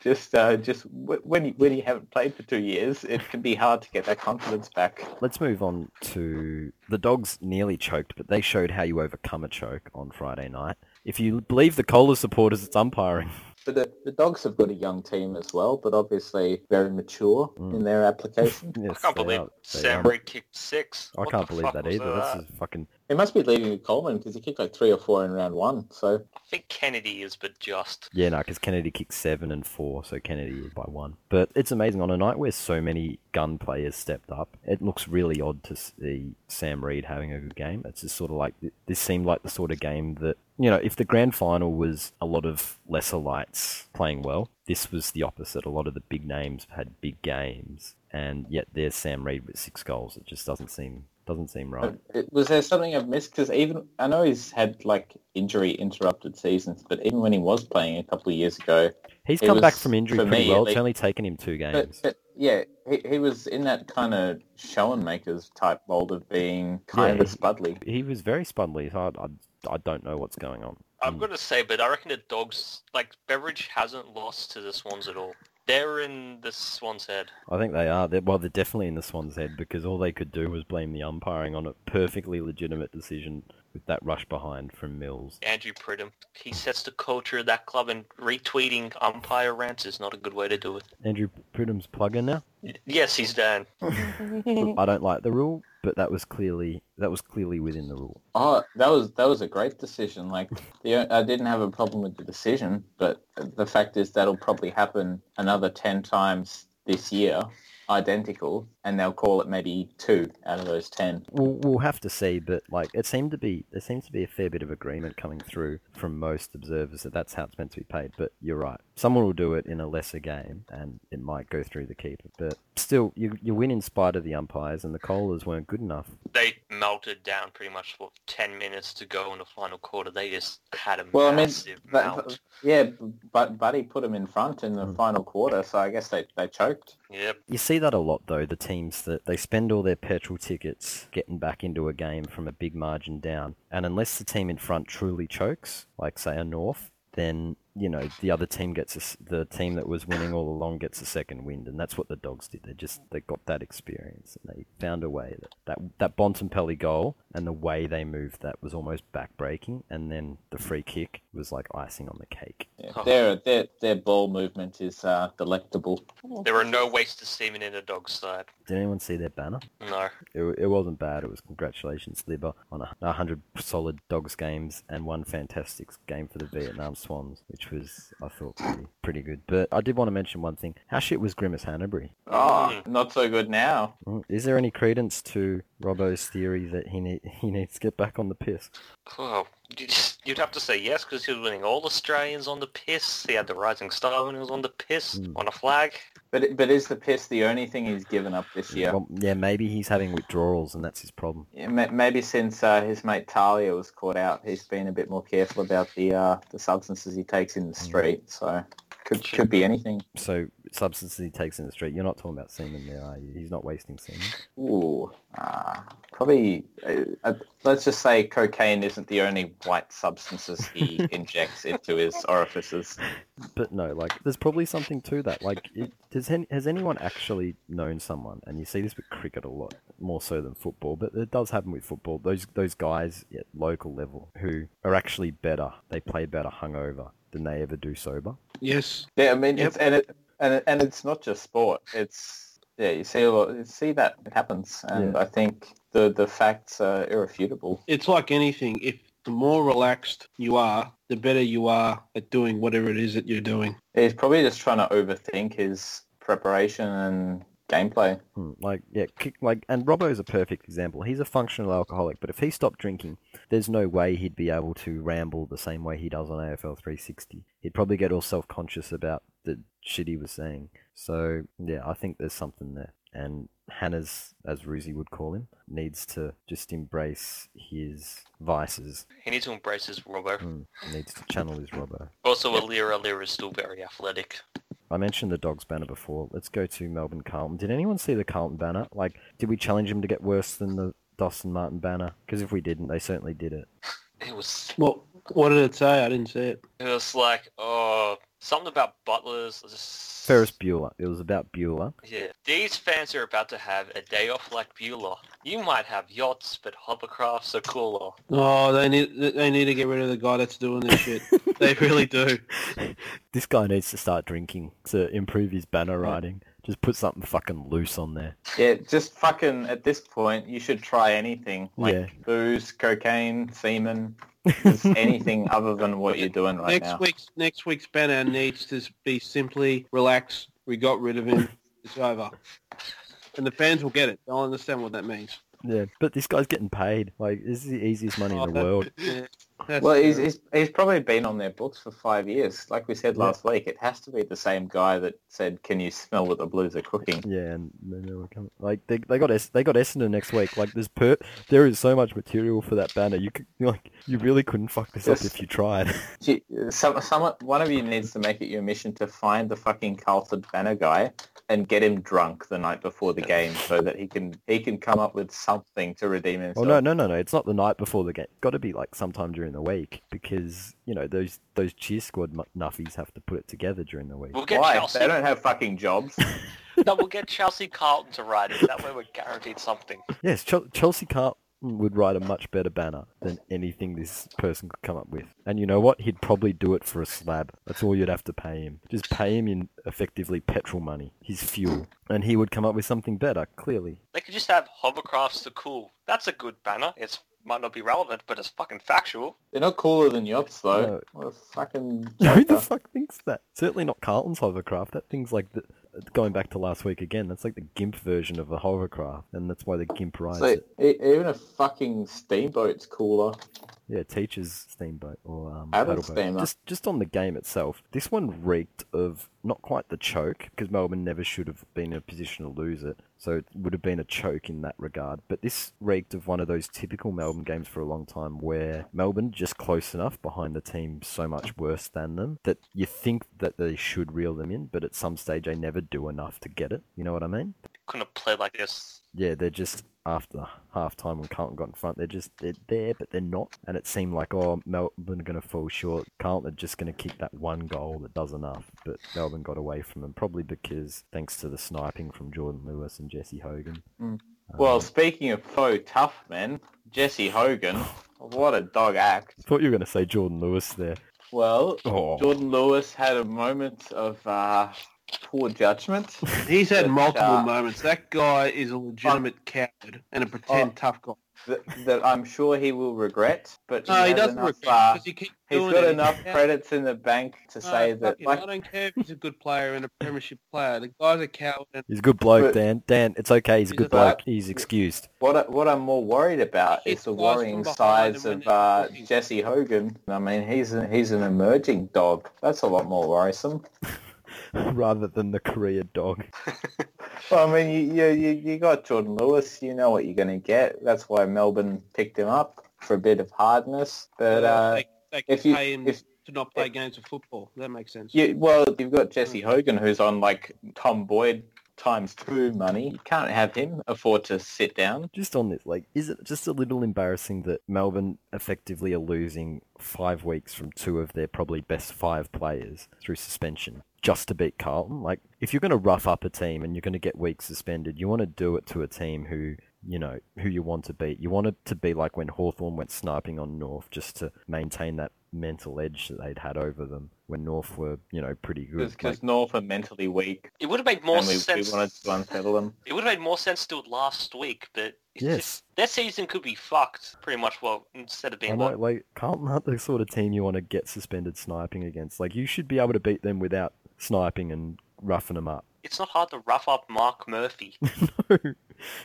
Just, uh, just w- when you, when you haven't played for two years, it can be hard to get that confidence back. Let's move on to the dogs nearly choked, but they showed how you overcome a choke on Friday night. If you believe the Cola supporters, it's umpiring. But the, the dogs have got a young team as well, but obviously very mature Mm. in their application. Yes, I can't they believe are- they are. Sam Reid kicked six. I What can't the believe fuck that was either. That's that? just fucking He must be leaving with Coleman because he kicked like three or four in round one, so I think Kennedy is but just. Yeah, no, because Kennedy kicked seven and four, so Kennedy is by one. But it's amazing on a night where so many gun players stepped up. It looks really odd to see Sam Reed having a good game. It's just sort of like this seemed like the sort of game that you know, if the grand final was a lot of lesser lights playing well, this was the opposite. A lot of the big names had big games, and yet there's Sam Reed with six goals. It just doesn't seem doesn't seem right. It- uh, Was there something I've missed? Because even I know he's had like injury interrupted seasons, but even when he was playing a couple of years ago, He's it come back was- from injury for pretty me, at well. It's least- only taken him two games. but, but yeah, he, he was in that kind of show and makers type mold of being kind Yeah. of spudly. he was very spindly. I, I, I don't know what's going on. Hmm. Mm. I'm gonna say, but I reckon the dogs like Beveridge hasn't lost to the Swans at all. They're in the Swans head. I think they are. They're, well, they're definitely in the Swans' head because all they could do was blame the umpiring on a perfectly legitimate decision with that rush behind from Mills. Andrew Pridham. He sets the culture of that club, and retweeting umpire rants is not a good way to do it. Andrew Pridham's plugger now. Yes, he's done. I don't like the rule, but that was clearly that was clearly within the rule. Oh, that was that was a great decision. Like the, I didn't have a problem with the decision, but the fact is that'll probably happen another ten times this year, identical, and they'll call it maybe two out of those ten. We'll, we'll have to see, but like it seemed to be there seems to be a fair bit of agreement coming through from most observers that that's how it's meant to be paid. But you're right, someone will do it in a lesser game, and it might go through the keeper. But still, you you win in spite of the umpires, and the Kohlers weren't good enough. They melted down pretty much for ten minutes to go in the final quarter. They just had a Well, I mean, massive that, melt. yeah, but Buddy put him in front in the final quarter, so I guess they, they choked. Yep. You see that a lot though, the teams that they spend all their petrol tickets getting back into a game from a big margin down. And unless the team in front truly chokes, like say a North, then you know the other team gets a s the team that was winning all along gets a second wind, and that's what the Dogs did. They just they got that experience and they found a way that that, that Bontempelli goal and the way they moved that was almost backbreaking, and then the free kick was like icing on the cake. Yeah. Oh. Their, their their ball movement is uh, delectable. There are no wasted semen in the dog's side. Did anyone see their banner? No. It, it wasn't bad. It was congratulations, Libba, on a 100 solid Dogs games and one fantastic game for the Vietnam Swans, which was, I thought, pretty, pretty good. But I did want to mention one thing. How shit was Grimace Hanbury? Oh, not so good now. Mm, Is there any credence to Robbo's theory that he, need, he needs to get back on the piss? Oh, you just- you'd have to say yes because he was winning all Australians on the piss. He had the Rising Star when he was on the piss Mm. on a flag. But but is the piss the only thing he's given up this year? Well, yeah, maybe he's having withdrawals and that's his problem. Yeah, ma- maybe since uh, his mate Talia was caught out, he's been a bit more careful about the uh, the substances he takes in the street. So could could be anything. So, substances he takes in the street. You're not talking about semen there, are you? He's not wasting semen. Ooh, uh, probably. Uh, uh, let's just say cocaine isn't the only white substances he injects into his orifices. But no, like, there's probably something to that. Like, it, does any, has anyone actually known someone? And you see this with cricket a lot, more so than football, but it does happen with football. Those those guys at local level who are actually better, they play better hungover than they ever do sober. Yes. Yeah, I mean, Yep. it's and it and it, and it's not just sport. It's yeah, you see a lot, you see that it happens, and Yeah. I think the the facts are irrefutable. It's like anything. If the more relaxed you are, the better you are at doing whatever it is that you're doing. He's probably just trying to overthink his preparation and gameplay. Hmm, Like, yeah, kick, like, and Robbo's a perfect example. He's a functional alcoholic, but if he stopped drinking, there's no way he'd be able to ramble the same way he does on AFL 360. He'd probably get all self-conscious about the shit he was saying. So, yeah, I think there's something there. And Hannah's, as Ruzi would call him, needs to just embrace his vices. He needs to embrace his rubber. Hmm, needs to channel his Robbo. Also, Alira Alira is still very athletic. I mentioned the dogs banner before. Let's go to Melbourne Carlton. Did anyone see the Carlton banner? Like, did we challenge him to get worse than the Dawson Martin banner? Because if we didn't, they certainly did it. It was Well, what did it say? I didn't see it. it was like oh something about butlers. Just... Ferris Bueller. It was about Bueller. Yeah, these fans are about to have a day off like Bueller. You might have yachts, but hovercrafts are cooler. Oh, they need they need to get rid of the guy that's doing this shit. they really do. This guy needs to start drinking to improve his banner writing. Just put something fucking loose on there. Yeah, just fucking at this point, you should try anything like Yeah. booze, cocaine, semen, just anything other than what you're doing right next now. week's next week's banner needs to be simply relax. We got rid of him. It's over. And the fans will get it. They'll understand what that means. Yeah, but this guy's getting paid. Like, this is the easiest money in the Oh, world. yeah. That's Well, he's, true. he's, he's probably been on their books for five years. Like we said last week, it has to be the same guy that said, "Can you smell what the Blues are cooking?" Yeah, and they never come. Like they, they got es- they got Essendon next week. Like there's per there is so much material for that banner. You could, like you really couldn't fuck this up Yes. if you tried. Gee, Some, someone, one of you needs to make it your mission to find the fucking Carlton banner guy and get him drunk the night before the game, so that he can he can come up with something to redeem Oh himself. no, no, no, no! It's not the night before the game. Got to be like sometime during the week because you know those those cheer squad mu- nuffies have to put it together during the week. We'll get Why? Chelsea. They don't have fucking jobs. No, we'll get Chelsea Carlton to write it. That way we're guaranteed something. Yes, Chel- Chelsea Carlton would write a much better banner than anything this person could come up with. And you know what? He'd probably do it for a slab. That's all you'd have to pay him. Just pay him in effectively petrol money, his fuel, and he would come up with something better. Clearly, They could just have hovercrafts to cool. That's a good banner. It's might not be relevant, but it's fucking factual. They're not cooler than Yops though. No. What a fucking. who joker. the fuck thinks that? Certainly not Carlton's hovercraft. That thing's like the. Going back to last week again, that's like the GIMP version of a hovercraft, and that's why the GIMP rides So it. e- even a fucking steamboat's cooler. Yeah, teacher's steamboat or um, Adult paddleboat. steamer. Just just on the game itself, this one reeked of not quite the choke because Melbourne never should have been in a position to lose it, so it would have been a choke in that regard. But this reeked of one of those typical Melbourne games for a long time where Melbourne just close enough behind the team so much worse than them that you think that they should reel them in, but at some stage they never do enough to get it. You know what I mean? Couldn't have played like this. yeah, they're just after half time when Carlton got in front, they're just they're there, but they're not. And it seemed like oh, Melbourne are going to fall short. Carlton are just going to kick that one goal that does enough. But Melbourne got away from them probably because thanks to the sniping from Jordan Lewis and Jesse Hogan. Mm. Um, Uh. Well, speaking of faux tough men, Jesse Hogan, what a dog act. thought you were going to say Jordan Lewis there. Well, Oh, Jordan Lewis had a moment of uh, poor judgment. He's had But, multiple uh, moments. That guy is a legitimate Oh. coward and a pretend tough guy. that, that I'm sure he will regret. But No, he has doesn't enough, regret uh, because he keeps he's doing got it. enough Yeah. credits in the bank to No, say fuck that. it. Like, I don't care if he's a good player and a premiership player. The guy's a coward. And he's a good bloke, But- Dan. Dan, it's okay. He's a He's good a bloke. bloke. He's excused. what I, what I'm more worried about Shit is the flies worrying from behind size of and when they're uh, cooking. Jesse Hogan. I mean, he's a, he's an emerging dog. That's a lot more worrisome. Rather than the career dog. Well, I mean, you, you, you got Jordan Lewis. You know what you're going to get. That's why Melbourne picked him up for a bit of hardness. But uh, they, they if can you pay him if to not play games of football. That makes sense. you well, you've got Jesse Hogan who's on like Tom Boyd times two money. You can't have him afford to sit down. just on this, like, is it just a little embarrassing that Melbourne effectively are losing five weeks from two of their probably best five players through suspension just to beat Carlton? Like, if you're going to rough up a team and you're going to get weeks suspended, you want to do it to a team who, you know, who you want to beat. You want it to be like when Hawthorn went sniping on North just to maintain that mental edge that they'd had over them when North were, you know, pretty good. Because Like, North are mentally weak, It would have made more and we, we sense. wanted to unsettle them. It would have made more sense to do it last week, but it's Yes. just, their season could be fucked pretty much. Well, instead of I being know, one, like Carlton aren't the sort of team you want to get suspended sniping against. Like you should be able to beat them without sniping and roughing them up. it's not hard to rough up Mark Murphy Oh,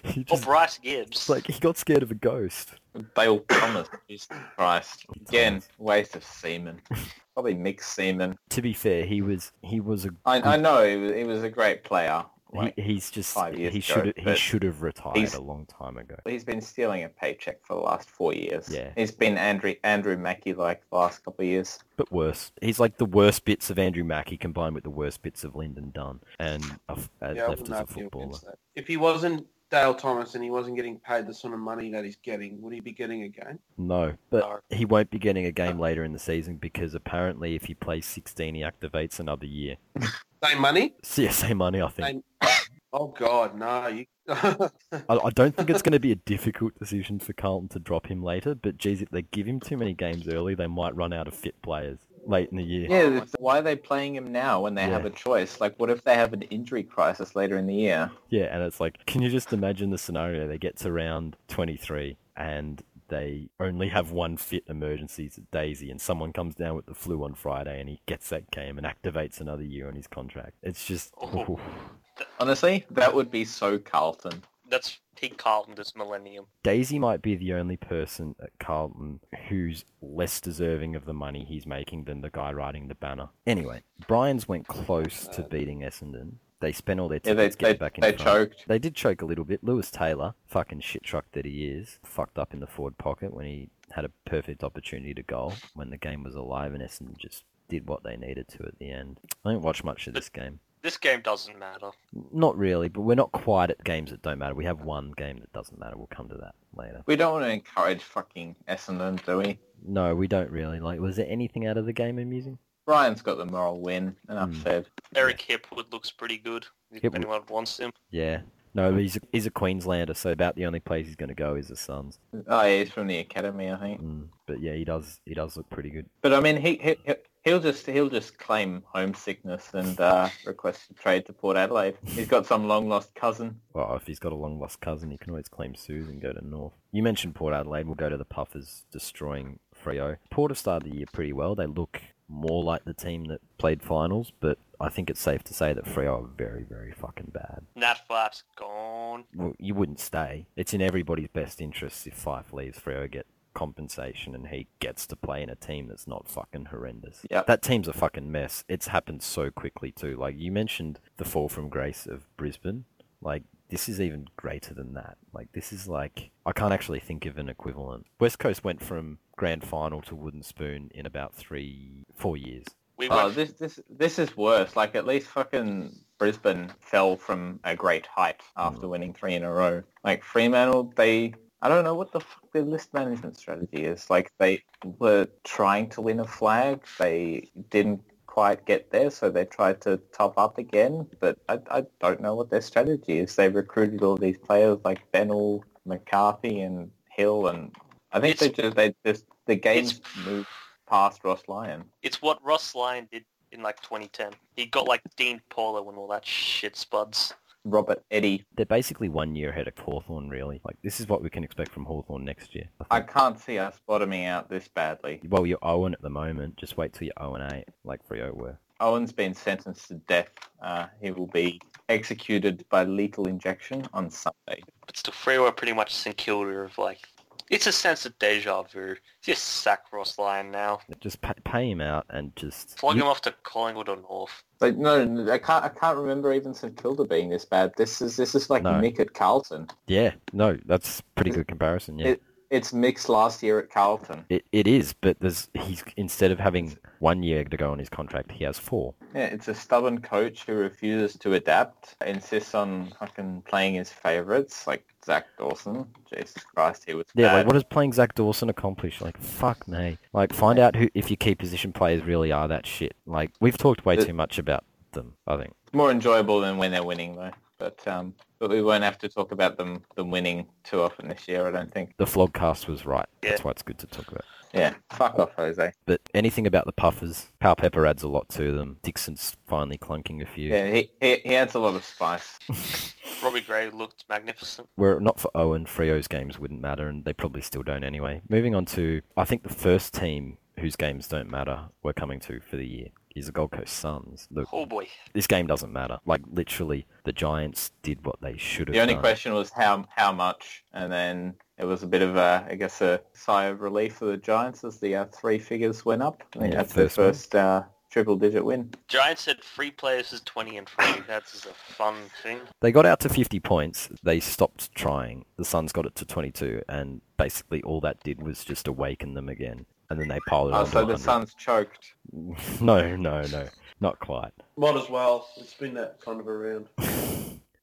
he or just Bryce Gibbs. it's like he got scared of a ghost. Dale Thomas, Jesus Christ, again, waste of semen. Probably mixed semen. To be fair, he was he was a I, I know he was, he was a great player. Like, he, he's just five years he ago, should he but should have retired he's- a long time ago. He's been stealing a paycheck for the last four years. Yeah. He's been Andrew Andrew Mackey like the last couple of years. But worse, he's like the worst bits of Andrew Mackey combined with the worst bits of Lyndon Dunn, and a f- a Yeah, I left wouldn't as a argue footballer. against that. If he wasn't Dale Thomas and he wasn't getting paid the sort of money that he's getting, would he be getting a game? No, but No. he won't be getting a game later in the season because apparently if he plays 16, he activates another year. Same money? CSA money, I think. Same- Oh God, no! You... I, I don't think it's going to be a difficult decision for Carlton to drop him later, but geez, if they give him too many games early, they might run out of fit players late in the year. Yeah, it's- why are they playing him now when they have Yeah. a choice? Like, what if they have an injury crisis later in the year? Yeah, and it's like, can you just imagine the scenario? They get to round 23 and they only have one fit emergency it's Daisy, and someone comes down with the flu on Friday and he gets that game and activates another year on his contract. It's just. Oh. Honestly, that would be so Carlton. That's He Carlton this millennium. Daisy might be the only person at Carlton who's less deserving of the money he's making than the guy riding the banner. Anyway, Brian's went close to beating Essendon. They spent all their Um, Yeah, they tickets they, getting back in they front. choked. They did choke a little bit. Lewis Taylor, fucking shit truck that he is, fucked up in the forward pocket when he had a perfect opportunity to goal when the game was alive and Essendon just did what they needed to at the end. I didn't watch much of this game. This game doesn't matter. Not really, but we're not quite at games that don't matter. We have one game that doesn't matter. We'll come to that later. We don't want to encourage fucking Essendon, do we? No, we don't really. Like, was there anything out of the game amusing? Brian's got the moral win, and I'm Hmm. said. Eric Hipwood looks pretty good. If Hipwood. anyone wants him. Yeah. No, he's a, he's a Queenslander, so about the only place he's going to go is the Suns. Oh, yeah, he's from the academy, I think. Mm. But yeah, he does he does look pretty good. But I mean, he, he he- he'll just he'll just claim homesickness and uh, request a trade to Port Adelaide. He's got some long lost cousin. Well, if he's got a long lost cousin, he can always claim Suze and go to North. You mentioned Port Adelaide. We'll go to the Puffers destroying Freo. Port have started the year pretty well. They look more like the team that played finals, but I think it's safe to say that Freo are very, very fucking bad. Nat Flap's gone. Well, you wouldn't stay. It's in everybody's best interest if Fife leaves. Freo get compensation and he gets to play in a team that's not fucking horrendous. Yep. That team's a fucking mess. It's happened so quickly too. Like you mentioned the fall from grace of Brisbane. Like this is even greater than that. Like this is like I can't actually think of an equivalent. West Coast went from grand final to wooden spoon in about 3 4 years. We Oh, went, this this this is worse. Like at least fucking Brisbane fell from a great height after winning three in a row. Like Fremantle, they I don't know what the fuck their list management strategy is. Like they were trying to win a flag, they didn't quite get there, so they tried to top up again. But I I don't know what their strategy is. They recruited all these players like Bennell, McCarthy, and Hill, and I think they just they just the games moved past Ross Lyon. it's what Ross Lyon did in like 2010. He got like Dean Paulo and all that shit spuds. Robert Eddy. They're basically one year ahead of Hawthorn, really. Like this is what we can expect from Hawthorn next year. I think. I can't see us bottoming out this badly. Well, you're 0 at the moment. Just wait till you're 0 and 8, like Frio were. Owen's been sentenced to death. Uh, he will be executed by lethal injection on Sunday. But still, Freo are pretty much St Kilda of like... It's a sense of deja vu. Just sack Ross Lyon now. Just pa pay him out and just. Flog you- him off to Collingwood or North. Like no, no, I can't. I can't remember even St Kilda being this bad. This is this is like No. Mick at Carlton. Yeah, no, that's pretty good comparison. Yeah, It- It's Mick's last year at Carlton. it, it is, but there's he's instead of having one year to go on his contract, he has four. Yeah, it's a stubborn coach who refuses to adapt, insists on fucking playing his favourites like Zach Dawson. Jesus Christ, he was Yeah, bad. like what does playing Zach Dawson accomplish? Like, fuck me. Like, find out who if your key position players really are that shit. Like, we've talked way The- too much about them. I think. more enjoyable than when they're winning though. But um, but we won't have to talk about them them winning too often this year. I don't think. The flogcast was right. Yeah. That's why it's good to talk about. Yeah, fuck off, Jose. But anything about the puffers, Power Pepper adds a lot to them. Dixon's finally clunking a few. Yeah, he, he he adds a lot of spice. Robbie Gray looked magnificent. were it not for Owen, Frio's games wouldn't matter, and they probably still don't anyway. Moving on to, I think the first team whose games don't matter we're coming to for the year is the Gold Coast Suns. Look, Oh boy. this game doesn't matter. Like literally, the Giants did what they should have. The only done. question was how how much, and then it was a bit of a I guess a sigh of relief for the Giants as the uh, three figures went up. I think Yeah, that's their first one. first uh, triple digit win. Giants said free players is 20 and free. That's a fun thing. They got out to 50 points. They stopped trying. The Suns got it to 22, and basically all that did was just awaken them again. And then they piled it Oh, on. so the Suns choked. No, no, no, not quite. Might as well. It's been that kind of a round.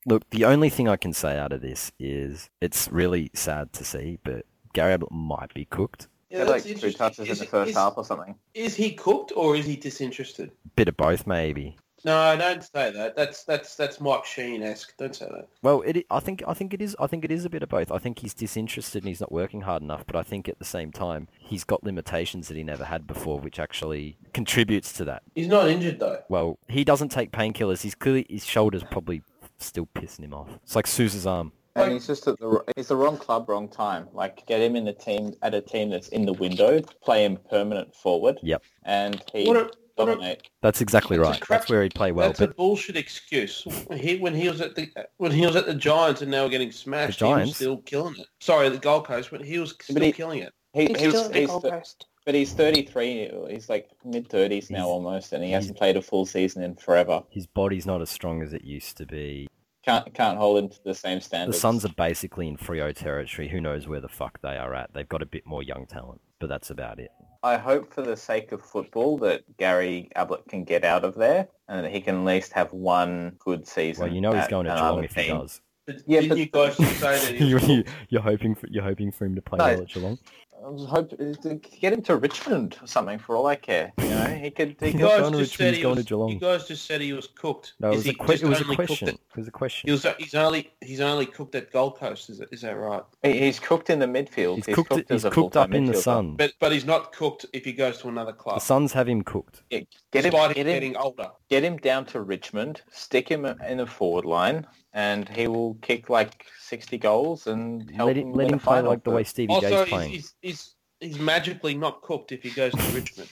Look, the only thing I can say out of this is it's really sad to see, but Gary Ablett might be cooked. Yeah, Had, that's like two interesting. touches is, in the first is, half or something. Is he cooked or is he disinterested? Bit of both, maybe. No, don't say that. That's that's that's Mike Sheen-esque. Don't say that. Well, it, I think I think it is I think it is a bit of both. I think he's disinterested and he's not working hard enough, but I think at the same time he's got limitations that he never had before, which actually contributes to that. He's not injured though. Well, he doesn't take painkillers. He's clearly his shoulder's probably still pissing him off. It's like Sousa's arm. Like- And he's just at the he's the wrong club, wrong time. Like get him in the team at a team that's in the window, play him permanent forward. Yep. And he What a, dominate. That's exactly That's a right. crap- That's where he'd play well. That's a But bullshit excuse. He, when he was at the when he was at the Giants and they were getting smashed, The he was Giants? still killing it. Sorry, the Gold Coast, but he was still But he- killing it. He, He's he's, still at the he's, Gold Coast. but he's 33. He's like mid 30s now He's- almost, and he he's- hasn't played a full season in forever. his body's not as strong as it used to be. Can't can't hold him to the same The standards. Suns are basically in Frio territory. Who knows where the fuck they are at? They've got a bit more young talent, but that's about it. I hope for the sake of football that Gary Ablett can get out of there and that he can at least have one good season. Well, you know he's at going to another Geelong if he team. does. But Yeah, didn't but- you guys just say that he you're, was you- you're hoping for you're hoping for him to play No. well at Geelong. I was hoping to get him to Richmond or something for all I care. You know, he could. He He's could You guys going to Richmond, just said he's he going was- to Geelong. You guys just said he was cooked. No, it Is was, he a, que- it was just a only cooked question. at- It was a question. he was, he's only he's only cooked at Gold Coast. Is that, is that right? he- he's cooked in the midfield. He's cooked. as he's a cooked full-time up in the midfielder. sun. But but he's not cooked if he goes to another The club. Suns have him cooked. Yeah, Get him, Despite get, him him, getting older. get him down to Richmond, stick him in the forward line, and he will kick like 60 goals and help Let him, let win him a play final like the for- way Stevie Also, J's he's, playing. he's, he's he's magically not cooked if he goes to Richmond.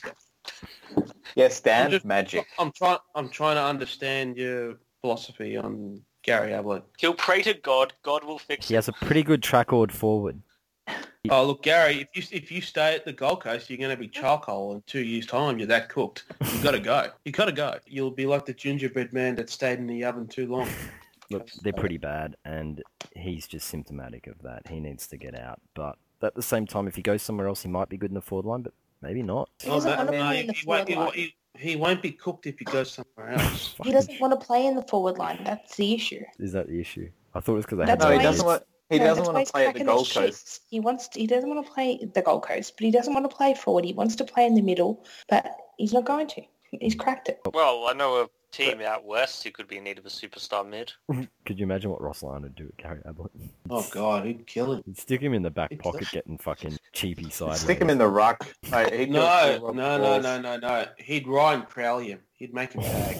Yeah, I'm Stan, just- magic. I'm trying I'm trying to understand your philosophy on Gary Ablett. He'll pray to God. God will fix He it. has a pretty good track record forward. Oh look, Gary, if you if you stay at the Gold Coast, you're going to be charcoal in two years' time. You're that cooked. You got to go. You got to go. You'll be like the gingerbread man that stayed in the oven too long. Look, they're pretty bad, and he's just symptomatic of that. He needs to get out. But at the same time, if he goes somewhere else, he might be good in the forward line, but maybe not. He doesn't want to play in the Oh, he, forward won't, he, line. won't, he, he won't be cooked if he goes somewhere else. He doesn't want to play in the forward line. That's the issue. Is that the issue? I thought it was because they That's had No, he why no doesn't he's- kids. want. He No, doesn't that's want why to he's play at cracking the his Gold Coast. shits. He wants. To, he doesn't want to play the Gold Coast, but he doesn't want to play forward. He wants to play in the middle, but he's not going to. He's cracked it. Well, I know a team out west who could be in need of a superstar mid. Could you imagine what Ross Lyon would do at Gary Ablett? Oh God, he'd kill him. He'd stick him in the back It's pocket, not- getting fucking cheapy sideways. Stick him in the ruck. Like, he'd do it No, for no, no, balls. no, no, no. He'd Ryan Crowley him. He'd make him tag.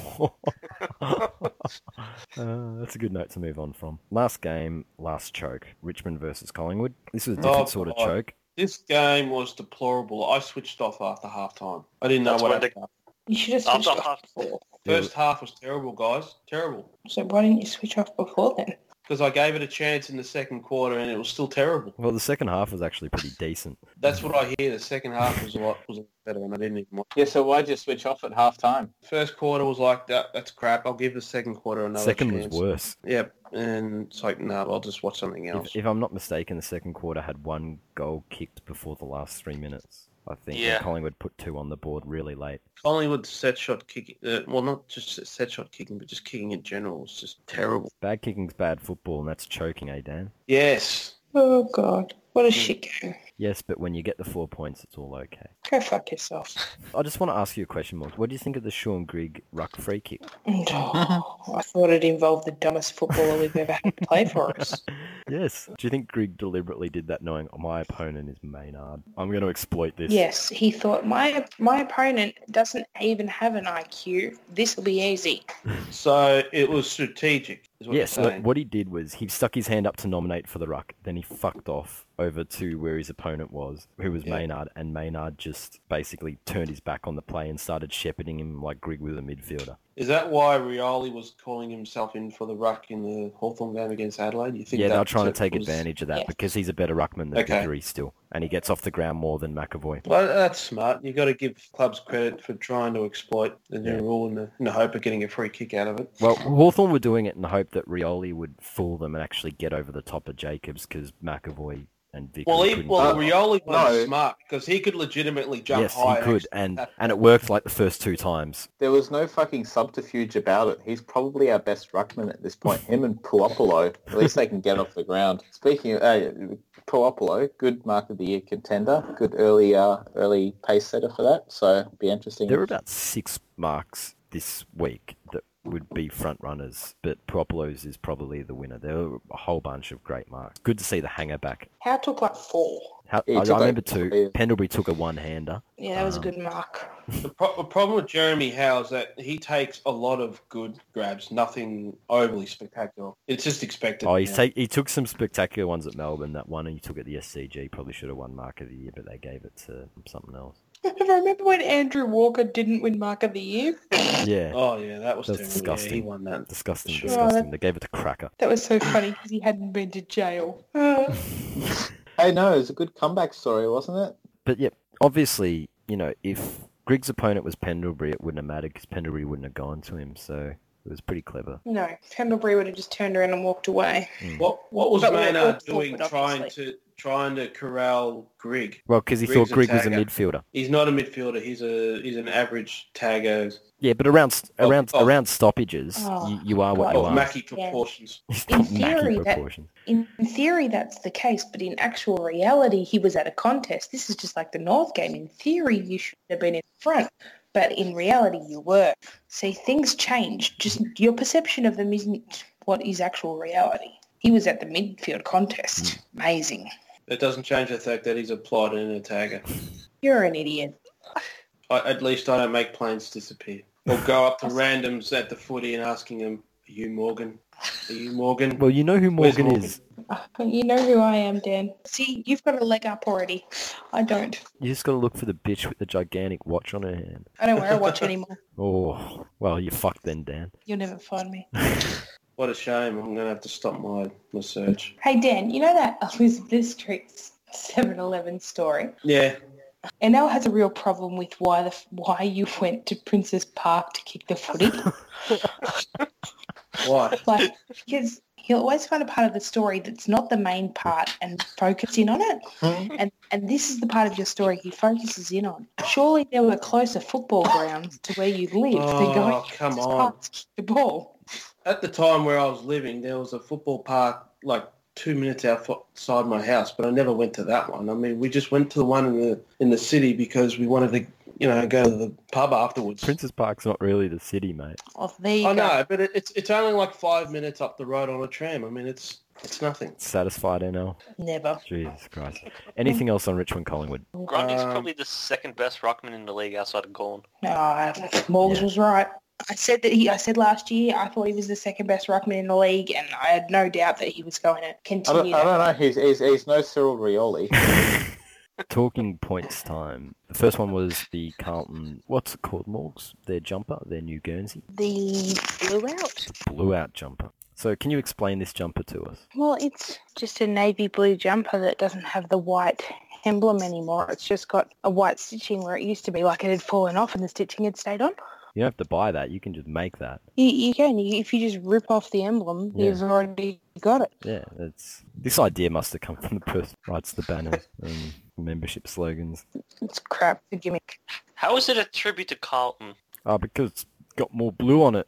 uh, that's a good note to move on from. Last game, last choke. Richmond versus Collingwood. This was a different Oh, sort of God. choke. This game was deplorable. I switched off after halftime. I didn't know That's what when the- happened. You should have I'm switched not off half. before. First half was terrible, guys. Terrible. So why didn't you switch off before then? Because I gave it a chance in the second quarter and it was still terrible. Well, the second half was actually pretty decent. That's what I hear. The second half was a lot was a lot better and I didn't even watch. Yeah, so why'd you switch off at half time? First quarter was like that. That's crap. I'll give the second quarter another second chance. was worse. Yep. And it's like, no, I'll just watch something else. If, if I'm not mistaken, the second quarter had one goal kicked before the last three minutes. I think and Yeah. Collingwood put two on the board really late. Collingwood set shot kicking. Uh, well, not just set shot kicking, but just kicking in general was just terrible. Bad kicking's bad football, and that's choking, eh, Dan? Yes. Oh god, what Hmm. a shit game. Yes, but when you get the four points, it's all okay. Go fuck yourself. I just want to ask you a question, Mark. What do you think of the Sean Grigg ruck free kick? Oh, I thought it involved the dumbest footballer we've ever had to play for us. Yes. Do you think Grigg deliberately did that knowing my opponent is Maynard? I'm going to exploit this. Yes, he thought my my opponent doesn't even have an IQ. This will be easy. So it was strategic. Is what Yes, you're so saying. what he did was he stuck his hand up to nominate for the ruck, then he fucked off over to where his opponent was, who was Yeah. Maynard, and Maynard just basically turned his back on the play and started shepherding him like Grig with a midfielder. Is that why Rioli was calling himself in for the ruck in the Hawthorn game against Adelaide? You think Yeah, they're that trying to was- take was- advantage of that Yeah. because he's a better ruckman than Okay. Vickery still, and he gets off the ground more than McAvoy. Well, that's smart. You got to give clubs credit for trying to exploit the new Yeah. rule in the, in the hope of getting a free kick out of it. Well, Hawthorn were doing it in the hope that Rioli would fool them and actually get over the top of Jacobs because McAvoy and Vickery Well, he, couldn't well, do it. Rioli was No. smart because he could legitimately jump yes, high. he and could, and that- and it worked like the first two times. There was no fucking subterfuge about it. He's probably our best ruckman at this point. Him and Puopolo. At least they can get off the ground. Speaking of uh, Puopolo, good mark of the year contender. Good early uh, early pace setter for that. So be interesting. There were about six marks this week that would be front runners, but Propolo's is probably the winner. There were a whole bunch of great marks. Good to see the hanger back. How took like four. How, He I, I took a- remember two. yeah. Pendlebury took a one-hander. Yeah, that was Um, a good mark. The, pro- the problem with Jeremy Howe is that he takes a lot of good grabs, nothing overly spectacular. It's just expected. Oh, he's now. take, he took some spectacular ones at Melbourne. That one he took at the SCG probably should have won mark of the year, but they gave it to something else. Remember when Andrew Walker didn't win Mark of the Year? Yeah. Oh yeah, that was That's terrible. disgusting. Yeah, he won that. Disgusting, Sure. disgusting. They gave it to Cracker. That was so funny because he hadn't been to jail. Uh, Hey, no, it was a good comeback story, wasn't it? But yep, obviously, you know, if Grig's opponent was Pendlebury, it wouldn't have mattered because Pendlebury wouldn't have gone to him. So it was pretty clever. no, Pendlebury would have just turned around and walked away. What What was But we were Maynard all doing, forward, trying obviously. to trying to corral Grig? Well, because he thought Grig's a Grig was a tagger. midfielder. He's not a midfielder. He's a he's an average tagger Yeah, but around st- Oh, around oh. around stoppages, Oh, you, you are what God. you of are. Mackey Yeah. proportions. He's In got Mackey theory, that- proportions. In theory, that's the case, but in actual reality, he was at a contest. This is just like the North game. In theory, you should have been in front, but in reality, you were. See, things change. Just your perception of them isn't what is actual reality. He was at the midfield contest. Amazing. It doesn't change the fact that he's a plod and a tagger. You're an idiot. I, at least I don't make planes disappear. Or go up to randoms at the footy and asking them, "Are you Morgan? Are you Morgan?" Well, you know who Where's Morgan, Morgan? is. Ah, You know who I am, Dan. See, you've got a leg up already. I don't. You just got to look for the bitch with the gigantic watch on her hand. I don't wear a watch anymore. Oh, well, you fucked then, Dan. You'll never find me. What a shame. I'm going to have to stop my my search. Hey, Dan, you know that Elizabeth Street 7-Eleven story? Yeah, NL has a real problem with why the why you went to Princess Park to kick the footy. why? like, because he'll always find a part of the story that's not the main part and focus in on it. And and this is the part of your story he focuses in on. Surely there were closer football grounds to where you live than going Oh, to come Princess on. Park to kick the ball. At the time where I was living, there was a football park like two minutes outside my house, but I never went to that one. I mean, we just went to the one in the in the city because we wanted to, you know, go to the pub afterwards. Princess Park's not really the city, mate. Oh, there you I go. know, but it, it's it's only like five minutes up the road on a tram. I mean, it's it's nothing. Satisfied, NL. Never. Jesus Christ. Anything else on Richmond Collingwood? Grundy's Um, probably the second best ruckman in the league outside of Gorn. No, I- Morgs Yeah. was right. I said that he. I said last year I thought he was the second best ruckman in the league, and I had no doubt that he was going to I continue. don't, I that. don't know. He's, he's, he's no Cyril Rioli. Talking points time. The first one was the Carlton, what's it called, Morgs? Their jumper, their new Guernsey. The blue out. Blue out jumper. So can you explain this jumper to us? Well, it's just a navy blue jumper that doesn't have the white emblem anymore. It's just got a white stitching where it used to be like it had fallen off and the stitching had stayed on. You don't have to buy that. You can just make that. You, you can. You, if you just rip off the emblem, Yeah. you've already got it. Yeah, that's this idea must have come from the person who writes the banners and membership slogans. It's crap. It's a gimmick. How is it a tribute to Carlton? Oh, because it's got more blue on it.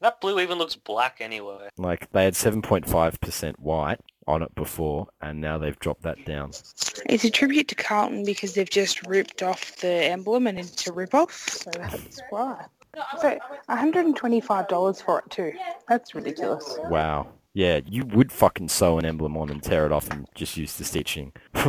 That blue even looks black anyway. Like they had 7.5% white on it before, and now they've dropped that down. It's a tribute to Carlton because they've just ripped off the emblem and it's a rip off. So that's why. So $125 for it too. That's ridiculous. Wow. Yeah, you would fucking sew an emblem on and tear it off and just use the stitching.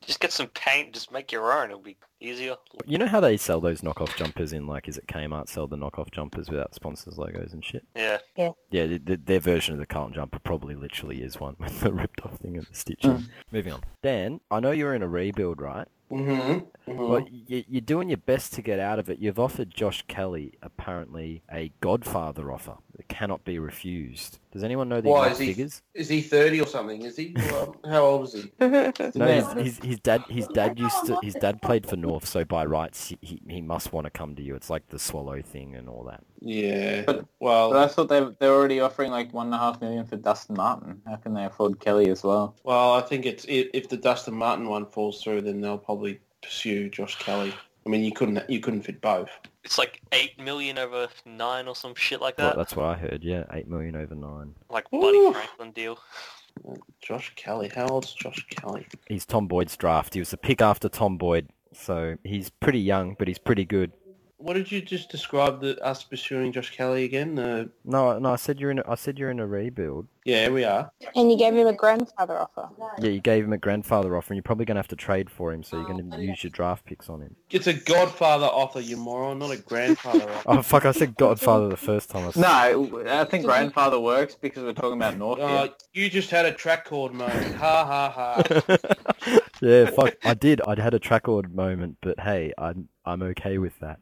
Just get some paint, just make your own. It'll be easier. you know how they sell those knockoff jumpers in like, is it Kmart sell the knockoff jumpers without sponsors logos and shit? Yeah. Yeah, th th their version of the Carlton jumper probably literally is one with the ripped off thing and the stitching. Mm. Moving on. Dan, I know you're in a rebuild, right? hmm Well, you, you're doing your best to get out of it. You've offered Josh Kelly apparently a Godfather offer that cannot be refused. Does anyone know the Why, exact is he- figures? Is he thirty or something? Is he? Well, how old is he? No, his, his, his dad Oh, his dad used to his dad played for North, so by rights he- he, he must want to come to you. It's like the Swallow thing and all that. Yeah. But- But Well, I thought they they're already offering like one and a half million for Dustin Martin. How can they afford Kelly as well? well, I think it's i if the Dustin Martin one falls through, then they'll probably pursue Josh Kelly. I mean, you couldn't you couldn't fit both. It's like 8 million over 9 or some shit like Well, that. that's what I heard. Yeah, eight million over nine. Like Buddy Ooh. Franklin deal. Josh Kelly. How old's Josh Kelly? He's Tom Boyd's draft. He was the pick after Tom Boyd, so he's pretty young, but he's pretty good. What did you just describe the, us pursuing Josh Kelly again? Uh, No, no, I said you're in. A, I said you're in a rebuild. yeah, we are. And you gave him a grandfather offer. Yeah, you gave him a grandfather offer, and you're probably going to have to trade for him, so you're going to use your draft picks on him. It's a Godfather offer, you moron, not a grandfather offer. Oh fuck! I said Godfather the first time. I said, No, I think grandfather works because we're talking about North. Uh, you just had a track chord moment. Ha ha ha. Yeah, fuck. I did. I'd had a tracklord moment, but hey, I'm I'm okay with that.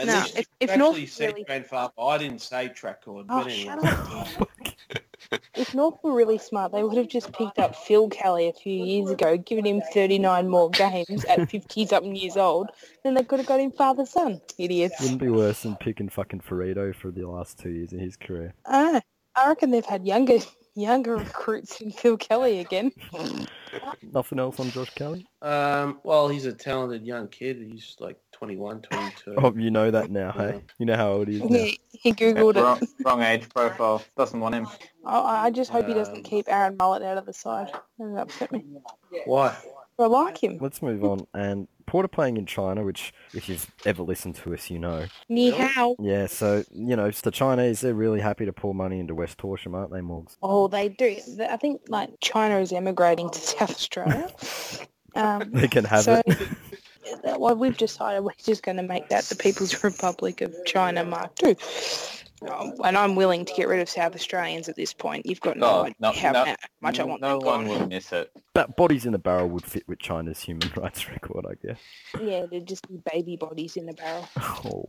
At no, least if, you if North actually said really- grandfather. I didn't say track chord. Oh, but anyway. shut up. if North were really smart, they would have just picked up Phil Kelly a few years ago, given him 39 more games at 50 something years old, then they could have got him father son. Idiots. Wouldn't be worse than picking fucking Ferrito for the last two years of his career. Ah, I reckon they've had younger younger recruits than Phil Kelly again. Nothing else on Josh Kelly? Um, well, he's a talented young kid. He's like 21, 22. Oh, you know that now, hey? You know how old he is now. He, he googled wrong, it. wrong age profile. Doesn't want him. I, I just hope he doesn't Um, keep Aaron Mullet out of the side. That upset me. Why? I like him. Let's move on. And Porter playing in China, which if you've ever listened to us, you know. Ni hao. Yeah, so, you know, it's the Chinese, they're really happy to pour money into West Horsham, aren't they, Morgs? Oh, they do. I think like China is emigrating to South Australia. Um, They can have so, it. that- well, we've decided we're just going to make that the People's Republic of China Mark II. Um, and I'm willing to get rid of South Australians at this point. You've got no Oh, idea no, how no, ma- much I want no them one gone. will miss it. But bodies in a barrel would fit with China's human rights record, I guess. Yeah, there'd just be baby bodies in the barrel Oh.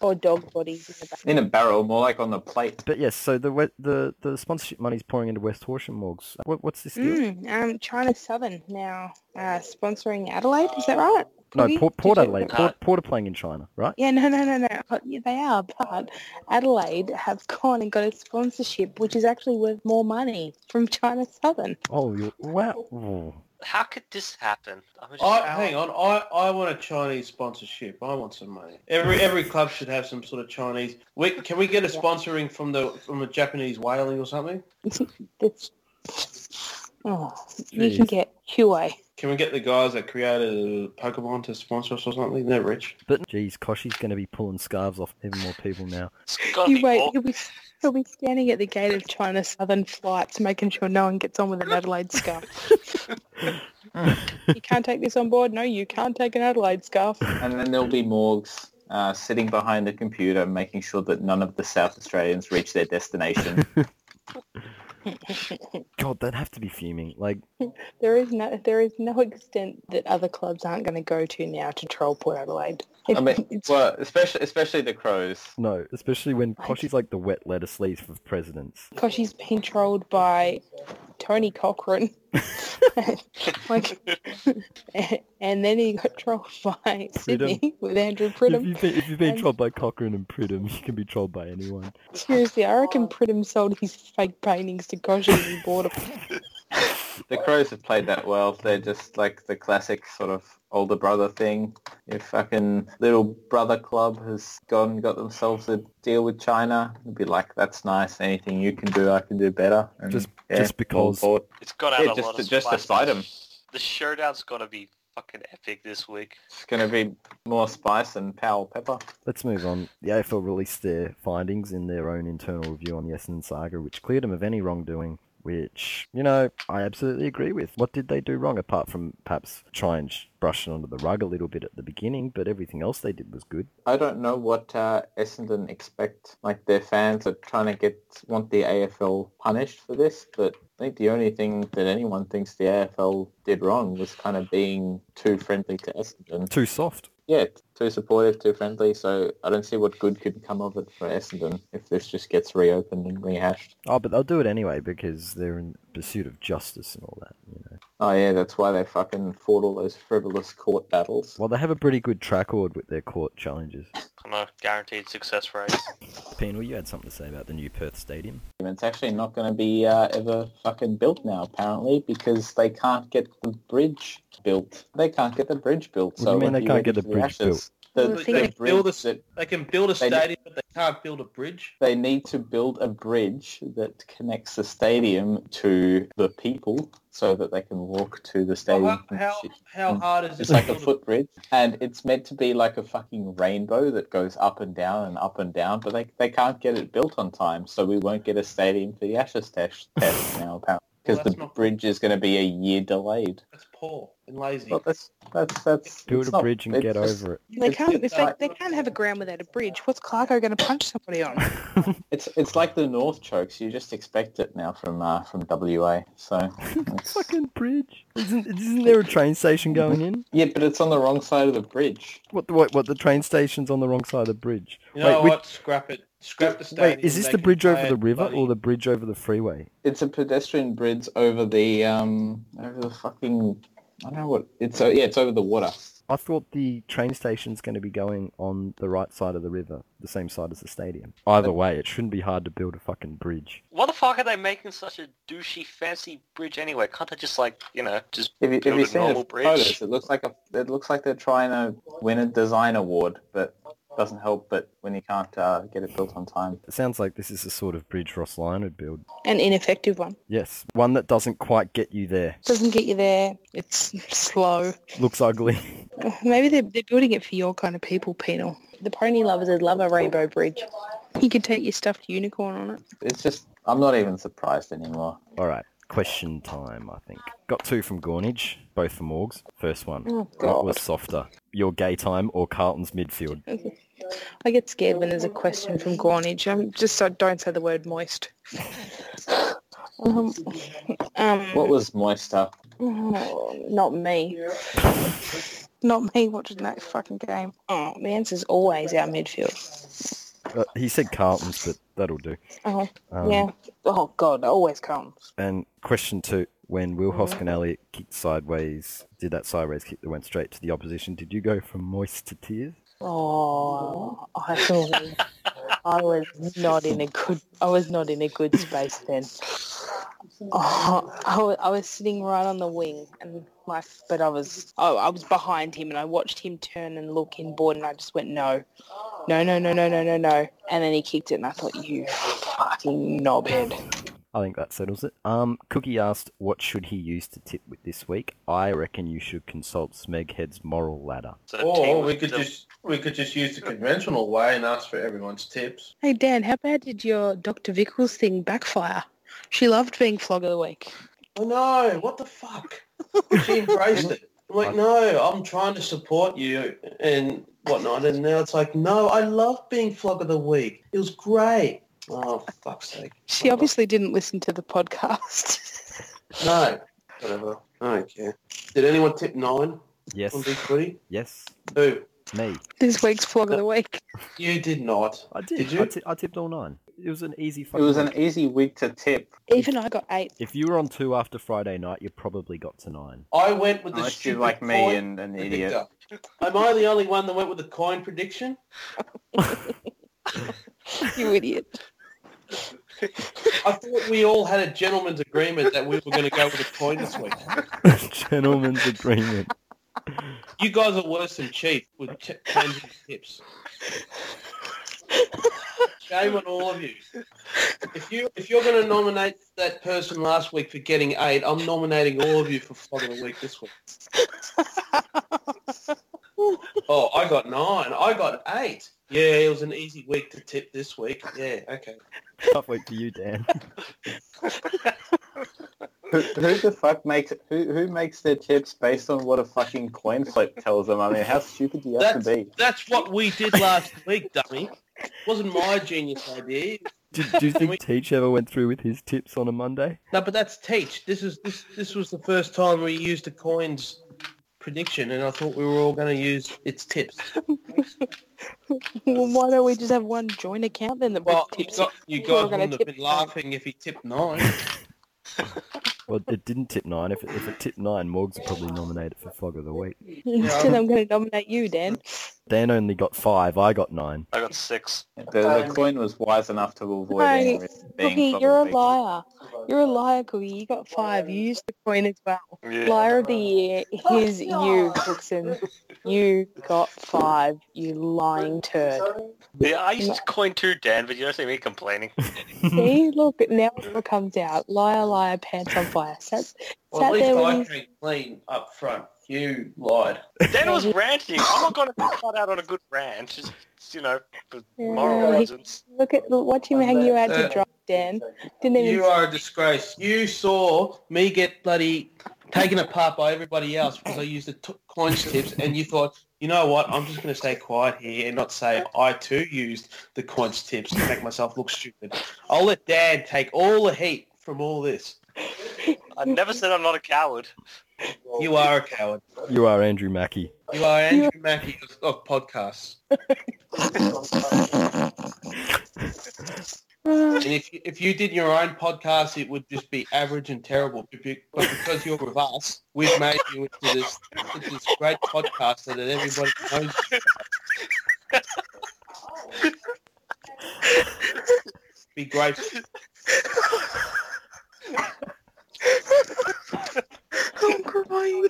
or dog bodies in the barrel. In a barrel, more like on the plate. But yes, so the we- the the sponsorship money's pouring into West Horsham, Morgs. What, what's this deal? Mm, um, China Southern now uh, sponsoring Adelaide. Is that right? no, Cookie? Port, Port Did you- Adelaide. No. Port, Porter playing in China, right? Yeah, no, no, no, no. Oh, Yeah, they are, but Adelaide have gone and got a sponsorship, which is actually worth more money from China Southern. Oh, you're, wow. Ooh. How could this happen? I'm just, I, Oh, hang on. I, I want a Chinese sponsorship. I want some money. Every every club should have some sort of Chinese. We, can we get a sponsoring from the from a Japanese whaling or something? It's, oh, you can Jeez. get Huawei. Can we get the guys that created Pokemon to sponsor us or something? They're rich. But geez, Koshi's going to be pulling scarves off even more people now. It's gotta be Huawei. all- He'll be, he'll be standing at the gate of China Southern flights, making sure no one gets on with an Adelaide scarf. you can't take this on board. No, you can't take an Adelaide scarf. And then there'll be Morgs uh, sitting behind the computer making sure that none of the South Australians reach their destination. God, they'd have to be fuming. Like, There is no there is no extent that other clubs aren't going to go to now to troll Port Adelaide. I mean, well, especially especially the Crows. no, especially when Koshi's like the wet lettuce leaves for presidents. because she's been trolled by Tony Cochran. like, and then he got trolled by Sydney with Andrew If Pridham. you've been, if you've been And- trolled by Cochrane and Pridham, you can be trolled by anyone. Seriously, I reckon Pridham sold his fake paintings to Koshy and he bought them. The Crows have played that well. They're just like the classic sort of older brother thing. If fucking little brother club has gone and got themselves a deal with China, they'd be like, "That's nice. Anything you can do, I can do better." And, Just- just because. all aboard. It's got out Yeah, a just lot to- of just to spice. spite 'em. The showdown's gonna be fucking epic this week. it's going to be more spice and Powell pepper. Let's move on. The AFL released their findings in their own internal review on the Essendon saga, which cleared them of any wrongdoing. Which, you know, I absolutely agree with. What did they do wrong apart from perhaps try and sh- brush it under the rug a little bit at the beginning, but everything else they did was good. I don't know what uh, Essendon expect. Like their fans are trying to get want the AFL punished for this, but I think the only thing that anyone thinks the AFL did wrong was kind of being too friendly to Essendon. Too soft. Yeah, too supportive, too friendly. So I don't see what good could come of it for Essendon if this just gets reopened and rehashed. Oh, but they'll do it anyway because they're in pursuit of justice and all that, you know. Oh yeah, that's why they fucking fought all those frivolous court battles. Well, they have a pretty good track record with their court challenges. On a guaranteed success rate. Penal, you had something to say about the new Perth Stadium. It's actually not going to be uh, ever fucking built now, apparently, because they can't get the bridge built. They can't get the bridge built. What do so you mean it they would be can't ready get the for bridge ashes. built? The, Well, the they can't bridge build a- that- They can build a They- stadium, but they can't build a bridge. they need to build a bridge that connects the stadium to the people so that they can walk to the Well, stadium. how, how, how Mm. hard is it It's to like a build footbridge, and it's meant to be like a fucking rainbow that goes up and down and up and down, but they, they can't get it built on time, so we won't get a stadium for the Ashes test, test now, apparently, Well, because that's the not- bridge is going to be a year delayed. That's poor and lazy. Well, that's that's that's. Build it's a not- bridge and it's get just- over it. They It's- can't. If it's they, like- they can't have a ground without a bridge. What's Clarko going to punch somebody on? It's it's like the North chokes. You just expect it now from uh, from WA. So it's- Fucking bridge. Isn't, isn't there a train station going in? yeah, but it's on the wrong side of the bridge. What, the- what, what, the train station's on the wrong side of the bridge? You know wait, which- what? Scrap it. Scrap the stadium. Wait, is this They the can bridge play over it the river bloody- or the bridge over the freeway? It's a pedestrian bridge over the um over the fucking I don't know what it's uh, yeah it's over the water. I thought the train station's going to be going on the right side of the river, the same side as the stadium. Either way, it shouldn't be hard to build a fucking bridge. What the fuck are they making such a douchey, fancy bridge anyway? Can't they just like, you know, just If you, if Build you a see normal the bridge. photos, it looks like a it looks like they're trying to win a design award, but doesn't help. But when you can't uh, get it built on time, It sounds like this is the sort of bridge Ross Lyon would build. An ineffective one Yes, one that doesn't quite get you there. doesn't get you there. It's slow. Looks ugly. Maybe they're, they're building it for your kind of people, Penal. The pony lovers would love a rainbow bridge. You could take your stuffed unicorn on it. it's just I'm not even surprised anymore. All right, question time, I think. Got two from Gornage, both from Morgs. First one. Oh, What God. was softer, your gay time or Carlton's midfield? I get scared when there's a question from Gornage. I'm just so don't say the word moist. um, um, What was moister? oh, not me. Not me watching that fucking game. Oh, the answer's always our midfield. Uh, he said Carlton's, but that'll do. Oh, Um, yeah. Oh, God, it always comes. And question two, when Will Hoskin-Elliott kicked sideways, did that sideways kick that went straight to the opposition, did you go from moist to tears? Oh, I was, I was not in a good. I was not in a good space then. Oh, I, was, I was sitting right on the wing, and my but I was oh, I was behind him, and I watched him turn and look inboard, and I just went no, no, no, no, no, no, no, no, and then he kicked it, and I thought you fucking knobhead. I think that settles it. Um, Cookie asked, what should he use to tip with this week? I reckon you should consult Smeghead's moral ladder. the Or team we with could the- just we could just use the conventional way and ask for everyone's tips. Hey Dan, how bad did your Dr. Vickles thing backfire? She loved being flog of the week. Oh no! What the fuck? She embraced it. I'm like, no, I'm trying to support you and whatnot. And now it's like, no, I love being flog of the week. It was great. Oh, for fuck's sake. She obviously didn't listen to the podcast. No. Whatever. I don't care. Did anyone tip nine Yes, on Big Footy? yes, Who? me. This week's flog of the week. You did not. I did. Did I, you? ti- I tipped all nine. It was an e-, easy It fucking was an week. easy week to tip. Even I got eight. If you were on two after Friday night, you probably got to nine. I went with the Unless you're stupid like me coin and an idiot. predictor. Am I the only one that went with the coin prediction? You idiot. I thought we all had a gentleman's agreement that we were going to go with a coin this week. Gentleman's agreement. You guys are worse than Chief with t- changing tips. Shame on all of you. If you if you're going to nominate that person last week for getting eight, I'm nominating all of you for flog of the week this week. Oh, I got nine. I got eight. Yeah, it was an easy week to tip this week. Yeah, okay. Tough week for you, Dan. Who, who the fuck makes who who makes their tips based on what a fucking coin flip tells them? I mean, how stupid do you have to be? That's what we did last week, dummy. Wasn't my genius idea. Do, do you think Teach ever went through with his tips on a Monday? No, but that's teach. This is this this was the first time we used a coin's prediction, and I thought we were all going to use its tips. Well, why don't we just have one joint account then that we Well, you, tips? got, you We're all gonna guys wouldn't have tip been laughing if he tipped nine. Well, it didn't tip nine. If it, if it tipped nine, Morgs would probably nominate it for Flog of the Week. Instead, I'm going to nominate you, Dan. Dan only got five. I got nine. I got six. The, um, the coin was wise enough to avoid Right. any risk being flog of Cookie, you're a the week. liar. You're a liar, Cookie. You got five. You used the coin as well. Yeah. Liar of the year is you, Cookson. You got five. You lying turd. yeah, I used to coin too, Dan, but you don't see me complaining. See, look, now it all comes out. Liar, liar, pants on fire. Sat, Well, at sat there least when I you came clean up front. You lied. Dan was ranting. I'm not going to cut out on a good rant. Just, you know, for moral Yeah. reasons. look at look, watch him hang you out to Uh, dry, Dan. Didn't even You are a disgrace. You saw me get bloody taken apart by everybody else because I used the t- coin slips and you thought, you know what, I'm just going to stay quiet here and not say I too used the coin tips to make myself look stupid. I'll let Dad take all the heat from all this. I never said I'm not a coward. You are a coward. You are Andrew Mackie. You are Andrew Mackey of, of podcasts. Uh, Ah. And if you, if you did your own podcast, it would just be average and terrible. But be- but because you're with us, we've made you into this, into this great podcaster that everybody knows. you as. be great. I'm crying.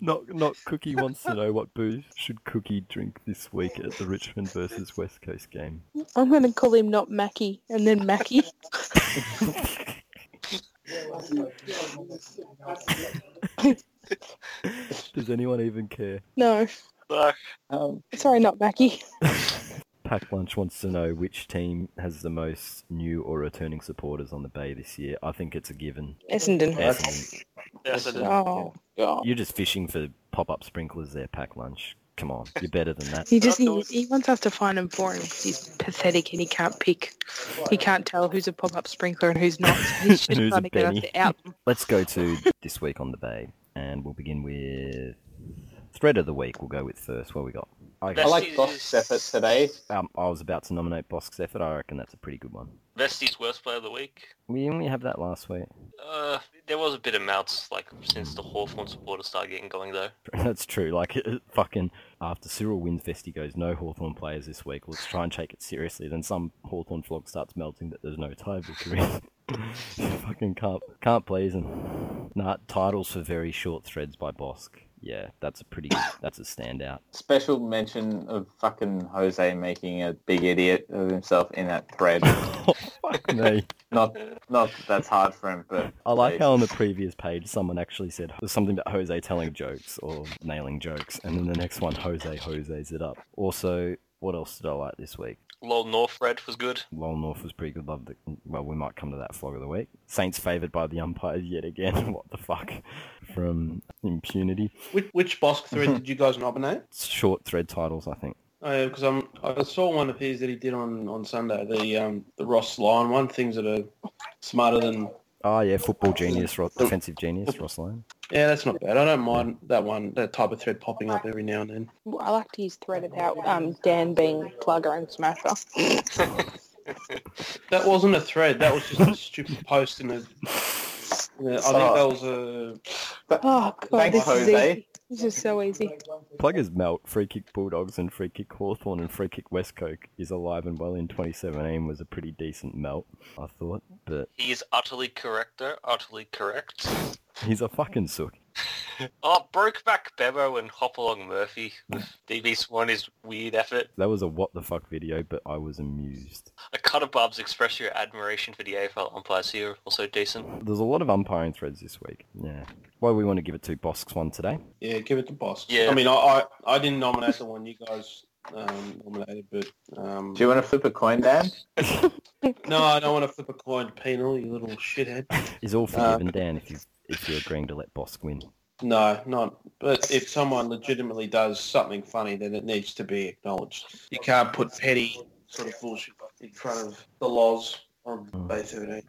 Not not Cookie wants to know what booze should Cookie drink this week at the Richmond versus West Coast game. I'm going to call him not Mackie and then Mackie. Does anyone even care? No, No. Um, sorry, not Mackie. Pack Lunch wants to know which team has the most new or returning supporters on the bay this year. I think it's a given. Essendon. Essendon. Yes, it is. Oh, God. You're just fishing for pop-up sprinklers there, Pack Lunch. Come on, you're better than that. He just he, he wants us to find him for him 'cause he's pathetic and he can't pick. He can't tell who's a pop-up sprinkler and who's not. So he's And just who's trying a to get us penny. to out. them. Let's go to this week on the bay, and we'll begin with thread of the week. We'll go with first. What we got? I Best like Boss effort today. Um, I was about to nominate Bosk's effort. I reckon that's a pretty good one. Vesty's worst player of the week. We only have that last week. Uh, there was a bit of melts like since the Hawthorn supporters started getting going though. That's true. Like, it- it fucking, after Cyril wins Vesti goes, no Hawthorn players this week. Let's try and take it seriously. Then some Hawthorn flog starts melting that there's no tie victory. you fucking can't, can't please them. Nah, titles for very short threads by Bosk. Yeah, that's a pretty, that's a standout. Special mention of fucking Jose making a big idiot of himself in that thread. Oh, fuck me. not, not that that's hard for him, but I like how on the previous page someone actually said there's something about Jose telling jokes or nailing jokes, and then the next one Jose Jose's it up. Also, what else did I like this week? Lol Northred was good. Lowell North was pretty good. Love the well, we might come to that flog of the week. Saints favoured by the umpires yet again. what the fuck? From impunity. Which, which Bosk thread did you guys nominate? Short thread titles, I think. Because I'm I saw one of his that he did on, on Sunday, the um, the Ross Lyon one, things that are smarter than... Oh yeah, football genius, Ro- defensive genius, Ross Lyon. Yeah, that's not bad. I don't mind that one, that type of thread popping up every now and then. Well, I liked his thread about um, Dan being plugger and smasher. That wasn't a thread. That was just a stupid post in a. in a- I think that was a. Oh God, Thanks, this Jose. is easy. This is so easy. Pluggers melt. Free kick Bulldogs and free kick Hawthorn and free kick Westcoke is alive and well in 2017 was a pretty decent melt, I thought. But He is utterly correct though. Utterly correct. he's a fucking sook. Oh, Brokeback Bebo and Hopalong Murphy. DB Swan is weird effort. That was a what the fuck video, but I was amused. A cut of Bob's express your admiration for the AFL umpires here, also decent. There's a lot of umpiring threads this week. Yeah. Why we want to give it to Bosk's one today? Yeah, give it to boss. Yeah. I mean, I, I, I didn't nominate the one you guys um, nominated, but um, Do you want to flip a coin, Dan? no, I don't want to flip a coin penal, you little shithead. Is all forgiven, Dan, if you if you're agreeing to let Bosk win. No, not. But if someone legitimately does something funny, then it needs to be acknowledged. You can't put petty sort of bullshit in front of the laws on Bay 13.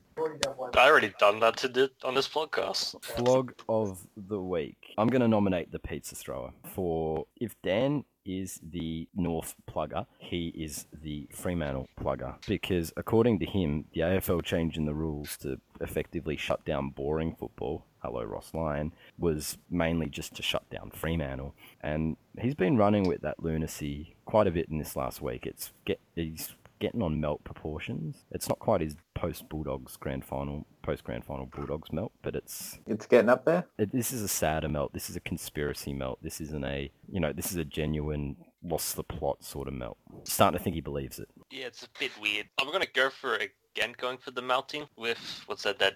I already done that to the, on this podcast. Blog of the week. I'm going to nominate the pizza thrower for if Dan is the North plugger, he is the Fremantle plugger because according to him, the AFL changing the rules to effectively shut down boring football. Hello, Ross Lyon was mainly just to shut down Fremantle, and he's been running with that lunacy quite a bit in this last week. It's get he's getting on melt proportions. It's not quite his post Bulldogs grand final, post grand final Bulldogs melt, but it's It's getting up there. it, this is a sadder melt. This is a conspiracy melt. This isn't a you know this is a genuine lost the plot sort of melt. Starting to think he believes it. Yeah, it's a bit weird. I'm gonna go for it again, going for the melting with what's that? That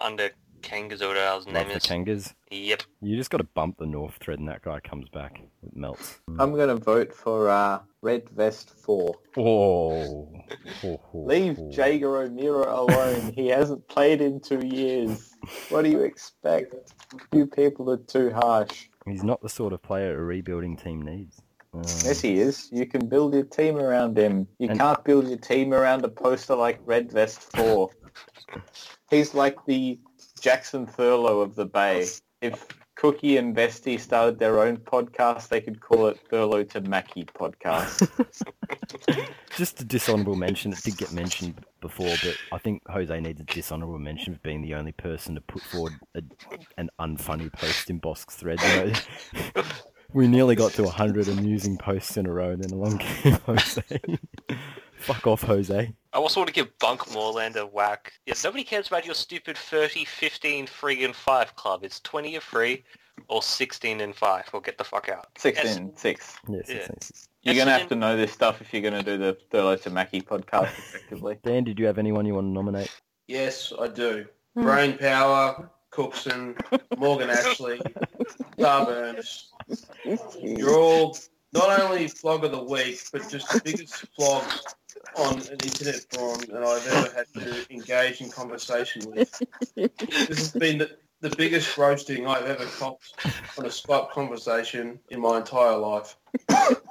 under Kangas or whatever his Love name the is. Kangas. yep. You just got to bump the North thread, and that guy comes back. It melts. I'm going to vote for uh, Red Vest 4. Oh, Leave Jager O'Meara alone. he hasn't played in two years. What do you expect? You people are too harsh. He's not the sort of player a rebuilding team needs. Um, Yes, he is. You can build your team around him. You And- can't build your team around a poster like Red Vest 4. He's like the Jackson Thurlow of the Bay. If Cookie and Vesty started their own podcast, they could call it Thurlow to Mackey podcast. just a dishonorable mention. It did get mentioned before, but I think Jose needs a dishonorable mention for being the only person to put forward a, an unfunny post in Bosk's thread. You know? we nearly got to 100 amusing posts in a row, and then along came Jose. Fuck off, Jose. I also want to give Bunk Moreland a whack. Yeah, nobody cares about your stupid 30, 15, free, and 5 club. It's 20 and free or 16 and 5 or get the fuck out. 16, 6. Yes, yes, Yeah. yes. You're going to have Essendon- to know this stuff if you're going to do the Thurlow to Mackey podcast effectively. Dan, did you have anyone you want to nominate? Yes, I do. Hmm. Brain Power, Cookson, Morgan Ashley, Star Burns. You're all not only flog of the week, but just the biggest flog on an internet forum that I've ever had to engage in conversation with. This has been the, the biggest roasting I've ever copped on a Skype conversation in my entire life. I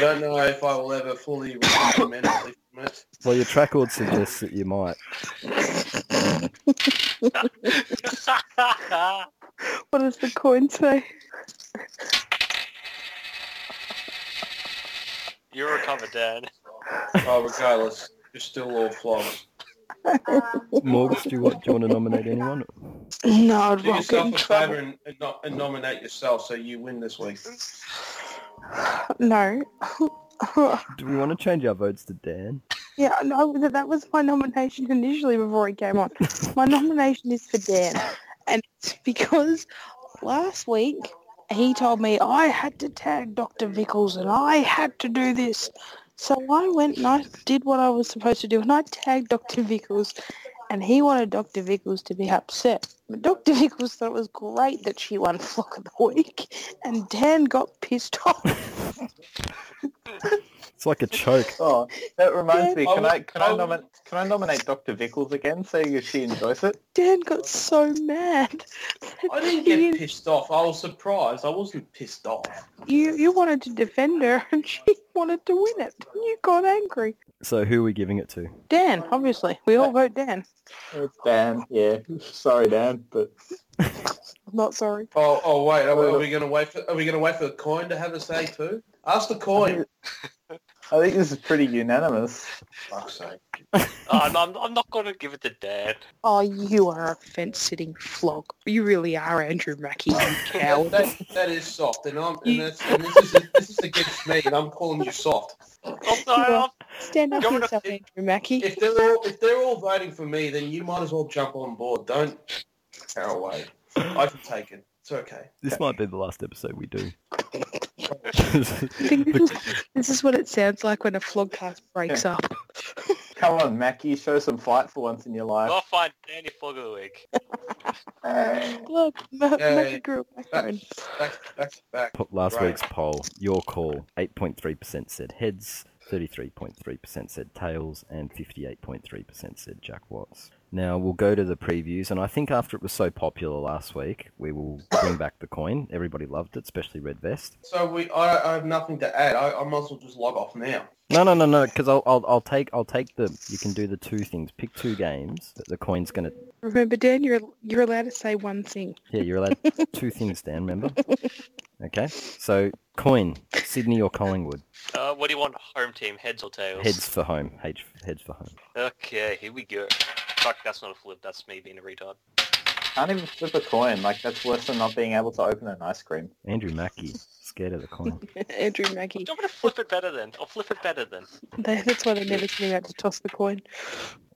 don't know if I will ever fully recover mentally from it. Well, your track record suggests that you might. What does the coin say? you recover, Dan. Oh, regardless, you're still all flogged. Morgus, do you want, do you want to nominate anyone? No, I'd Do rock it yourself in a trouble. favour and, and, no- and nominate yourself so you win this week. No. Do we want to change our votes to Dan? yeah, no, that, that was my nomination initially before he came on. my nomination is for Dan. And it's because last week he told me I had to tag Dr. Vickles and I had to do this. So I went and I did what I was supposed to do and I tagged Dr. Vickles and he wanted Dr. Vickles to be upset. But Dr. Vickles thought it was great that she won Flock of the Week and Dan got pissed off. It's like a choke. Oh, that reminds me. I Can would- I can I, I would- nominate can I nominate Dr. Vickles again, so if she enjoys it? Dan got so mad. I didn't He get didn't- pissed off. I was surprised. I wasn't pissed off. You you wanted to defend her and she wanted to win it. You got angry. So who are we giving it to? Dan, obviously. We all vote Dan. It's Dan, yeah. Sorry, Dan, but I'm not sorry. Oh, oh wait. Are, we- are we going to wait? For, are we going to wait for the coin to have a say too? Ask the coin. I think this is pretty unanimous. Fuck's sake. I'm, I'm, I'm not going to give it to Dan. Oh, you are a fence-sitting flog. You really are Andrew Mackey, you That, coward. that- that is soft, and I'm and, that's, and this is this is against me, and I'm calling you soft. I'm, I'm, Stand up for Governor- yourself, Andrew Mackey. If they're all if they're all voting for me, then you might as well jump on board. Don't cower away. I can take it. It's okay. This might be the last episode we do. I think this is, this is what it sounds like when a flogcast breaks up. Come on, Mackie, show some fight for once in your life. I'll find Danny Flog of the Week. Eh, Look, Ma- Yeah, Mackey yeah. grew a backbone. Back back back. Po- Last Right. week's poll, your call, 8.3% said heads, 33.3% said tails, and 58.3% said Jack Watts. Now we'll go to the previews, and I think after it was so popular last week, we will bring back the coin. Everybody loved it, especially Red Vest. So we, I, I have nothing to add. I, I might as well just log off now. No, no, no, no, because I'll, I'll, I'll take, I'll take the. You can do the two things. Pick two games that the coin's gonna. Remember, Dan, you're you're allowed to say one thing. Yeah, you're allowed two things, Dan. Remember? Okay. So coin, Sydney or Collingwood. Uh, what do you want, home team, heads or tails? Heads for home. H, heads for home. Okay, here we go. Fuck, that's not a flip. That's me being a retard. Can't even flip a coin. Like that's worse than not being able to open an ice cream. Andrew Mackey, scared of the coin. Andrew Mackey. I'm going to flip it better then. I'll flip it better then. They- That's why they never came out to toss the coin.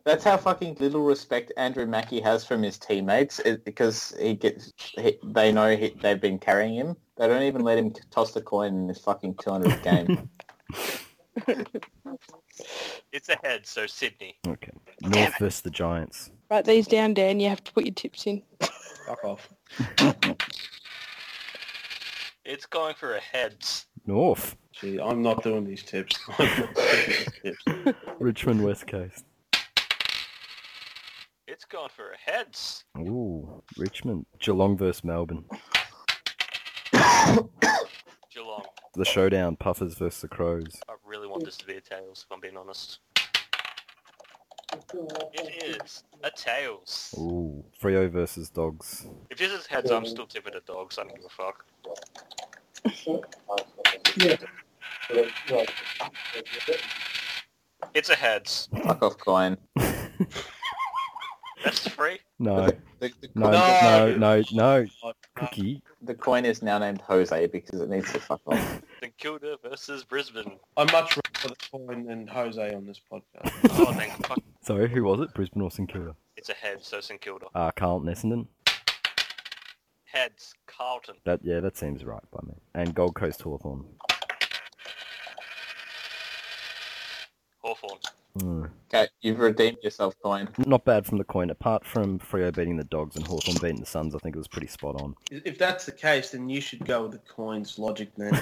That's how fucking little respect Andrew Mackie has from his teammates, is because he gets he, they know he, they've been carrying him. They don't even let him toss the coin in his fucking 200th game. It's a head, so Sydney. Okay. North versus the Giants. Write these down, Dan. You have to put your tips in. Fuck off. It's going for a heads. North. Gee, I'm not doing these tips. I'm not doing these tips. Richmond West Coast. It's going for a heads. Ooh, Richmond. Geelong versus Melbourne. Geelong. The showdown, Puffers versus the Crows. I really want this to be a tails, if I'm being honest. It is a tails. Ooh, Frio versus Dogs. If this is heads, I'm still tipping the dogs. I don't give a fuck. It's a heads. Fuck off, coin. That's free. No, The, the, no, No. no, no, no. Cookie. the coin is now named Jose because it needs to fuck off. St Kilda versus Brisbane. I'm much rather the coin than Jose on this podcast. Oh, thank fuck. Sorry, who was it? Brisbane or St Kilda? It's a heads, so St Kilda. Uh, Carlton Essendon. Heads, Carlton. That yeah, that seems right by me. And Gold Coast Hawthorn. Hawthorn. Mm. Okay, you've redeemed yourself, coin. Not bad from the coin. Apart from Frio beating the Dogs and Hawthorn beating the Suns, I think it was pretty spot on. If that's the case, then you should go with the coins logic then.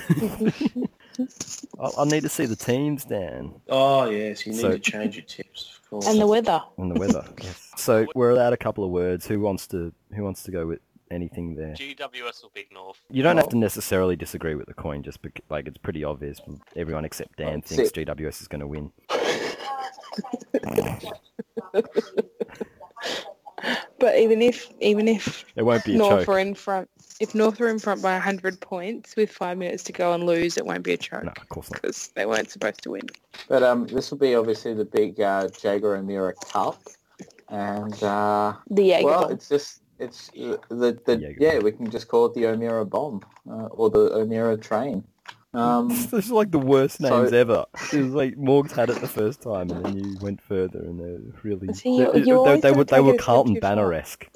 I'll, I'll need to see the teams, Dan, oh yes, you need So- to change your tips, of course. And the weather. and the weather. Yes. So we're allowed a couple of words. Who wants to Who wants to go with anything there? GWS will beat North. You don't have to necessarily disagree with the coin, just bec like it's pretty obvious. Everyone except Dan That's thinks GWS is going to win. But even if even if It won't be a North choke. are in front, if North are in front by 100 points with five minutes to go and lose, it won't be a choke No, of course not. because they weren't supposed to win. But um, this will be obviously the big uh, Jaguar O'Meara Cup, and uh, The Jaeger well, Bomb. it's just it's uh, the, the Jaeger yeah bomb. we can just call it the O'Meara Bomb uh, or the O'Meara Train. Um, this is like the worst So- names ever. It was like Morgs had it the first time, and then you went further, and they're really See, you- they, they- you they always were don't they take were it a step Carlton too far. Banner esque.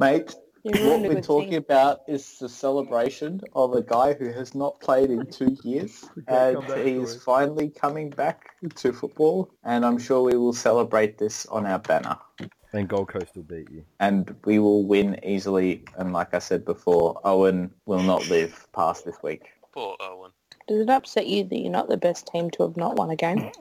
mate, You what ruined a we're good talking thing. about is the celebration of a guy who has not played in two years, and he's finally coming back to football. And I'm sure we will celebrate this on our banner. And Gold Coast will beat you. and we will win easily. And like I said before, Owen will not live past this week. Poor Owen. Does it upset you that you're not the best team to have not won a game?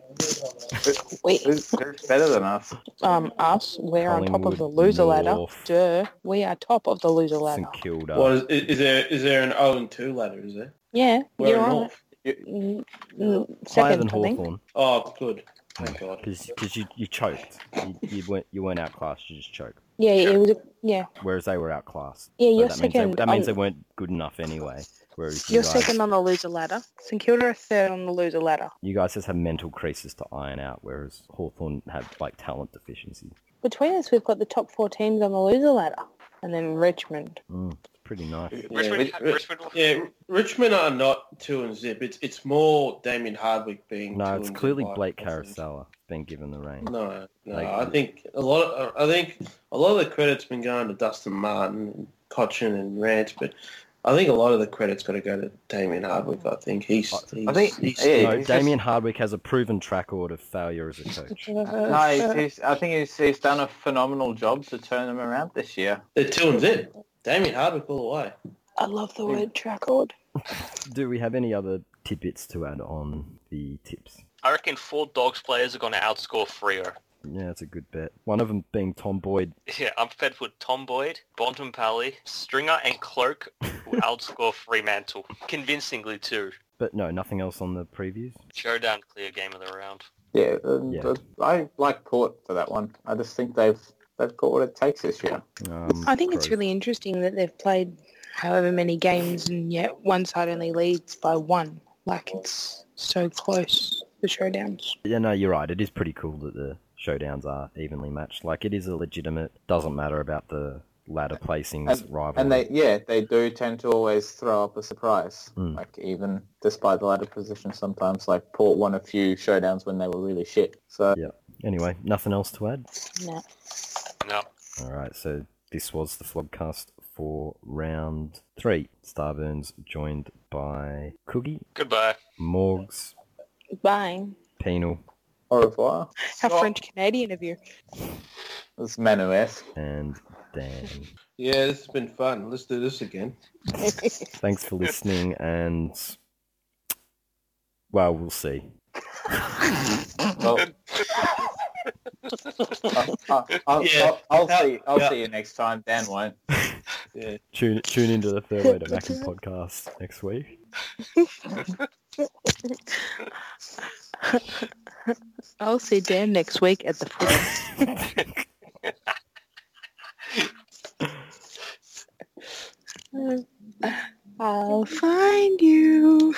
We, Who's, who's better than us? um, us, we're on top of the loser ladder. Collingwood, Duh, we are top of the loser ladder. St Kilda. What is, is there? Is there an O and two ladder? Is there? Yeah, Where you're in on it. North? Mm, mm, Higher Second, than I think. Hawthorn Oh, good. Thank God. because you, you choked. You, you weren't you weren't outclassed. You just choked. Yeah, it was. A, yeah, Whereas they were outclassed. Yeah, you're that means they- second that means they on- weren't good enough anyway. Whereas you you're guys, second on the loser ladder. St Kilda are third on the loser ladder. you guys just have mental creases to iron out, whereas Hawthorn have like talent deficiency. Between us, we've got the top four teams on the loser ladder, and then Richmond. Mm, it's pretty nice. Richmond, Ri- Ri- Richmond will Yeah, R- Richmond are not two and zip. It's it's more Damien Hardwick being. No, two it's and clearly five. Blake Carousella being given the reins. No, no. Like- I think a lot. Of, I think a lot of the credit's been going to Dustin Martin, and Cochin, and Rant, but I think a lot of the credit's got to go to Damien Hardwick. I think he's. he's I think- he's, yeah. no, he's Damien Hardwick has a proven track record of failure as a coach. No, he's, he's, I think he's, he's done a phenomenal job to turn them around this year. they're two and zip. Damien Hardwick all the way. I love the word trackord. Do we have any other tidbits to add on the tips? I reckon four dogs players are going to outscore Freo. Yeah, that's a good bet. One of them being Tom Boyd. Yeah, I'm fed with Tom Boyd, Bonton Pally, Stringer, and Cloak will outscore Fremantle. Convincingly, too. But no, nothing else on the previews. Showdown, clear game of the round. Yeah, and Yeah. I like Port for that one. I just think they've they've got what it takes this year. Um, I think it's Crows. really interesting that they've played however many games, and yet one side only leads by one. Like it's so close. The showdowns. Yeah, no, you're right. It is pretty cool that the showdowns are evenly matched. Like it is a legitimate. Doesn't matter about the ladder placings rivalry. And they yeah they do tend to always throw up a surprise. Mm. Like even despite the ladder position, sometimes like Port won a few showdowns when they were really shit. So Anyway, nothing else to add. No. No, All right, so this was the vlogcast for round three. Starburns joined by Coogie, goodbye. Morgs, Bye. Penal, au revoir. How French Canadian of you. It's Manu-esque. and Dan. Yeah, this has been fun. Let's do this again. Thanks for listening, and well, we'll see. Well, I, I, I'll, Yeah. I'll, I'll see. I'll Yeah. see you next time. Dan won't. Yeah. Tune tune into the Third Way to Macca's podcast next week. I'll see Dan next week at the foot. I'll find you.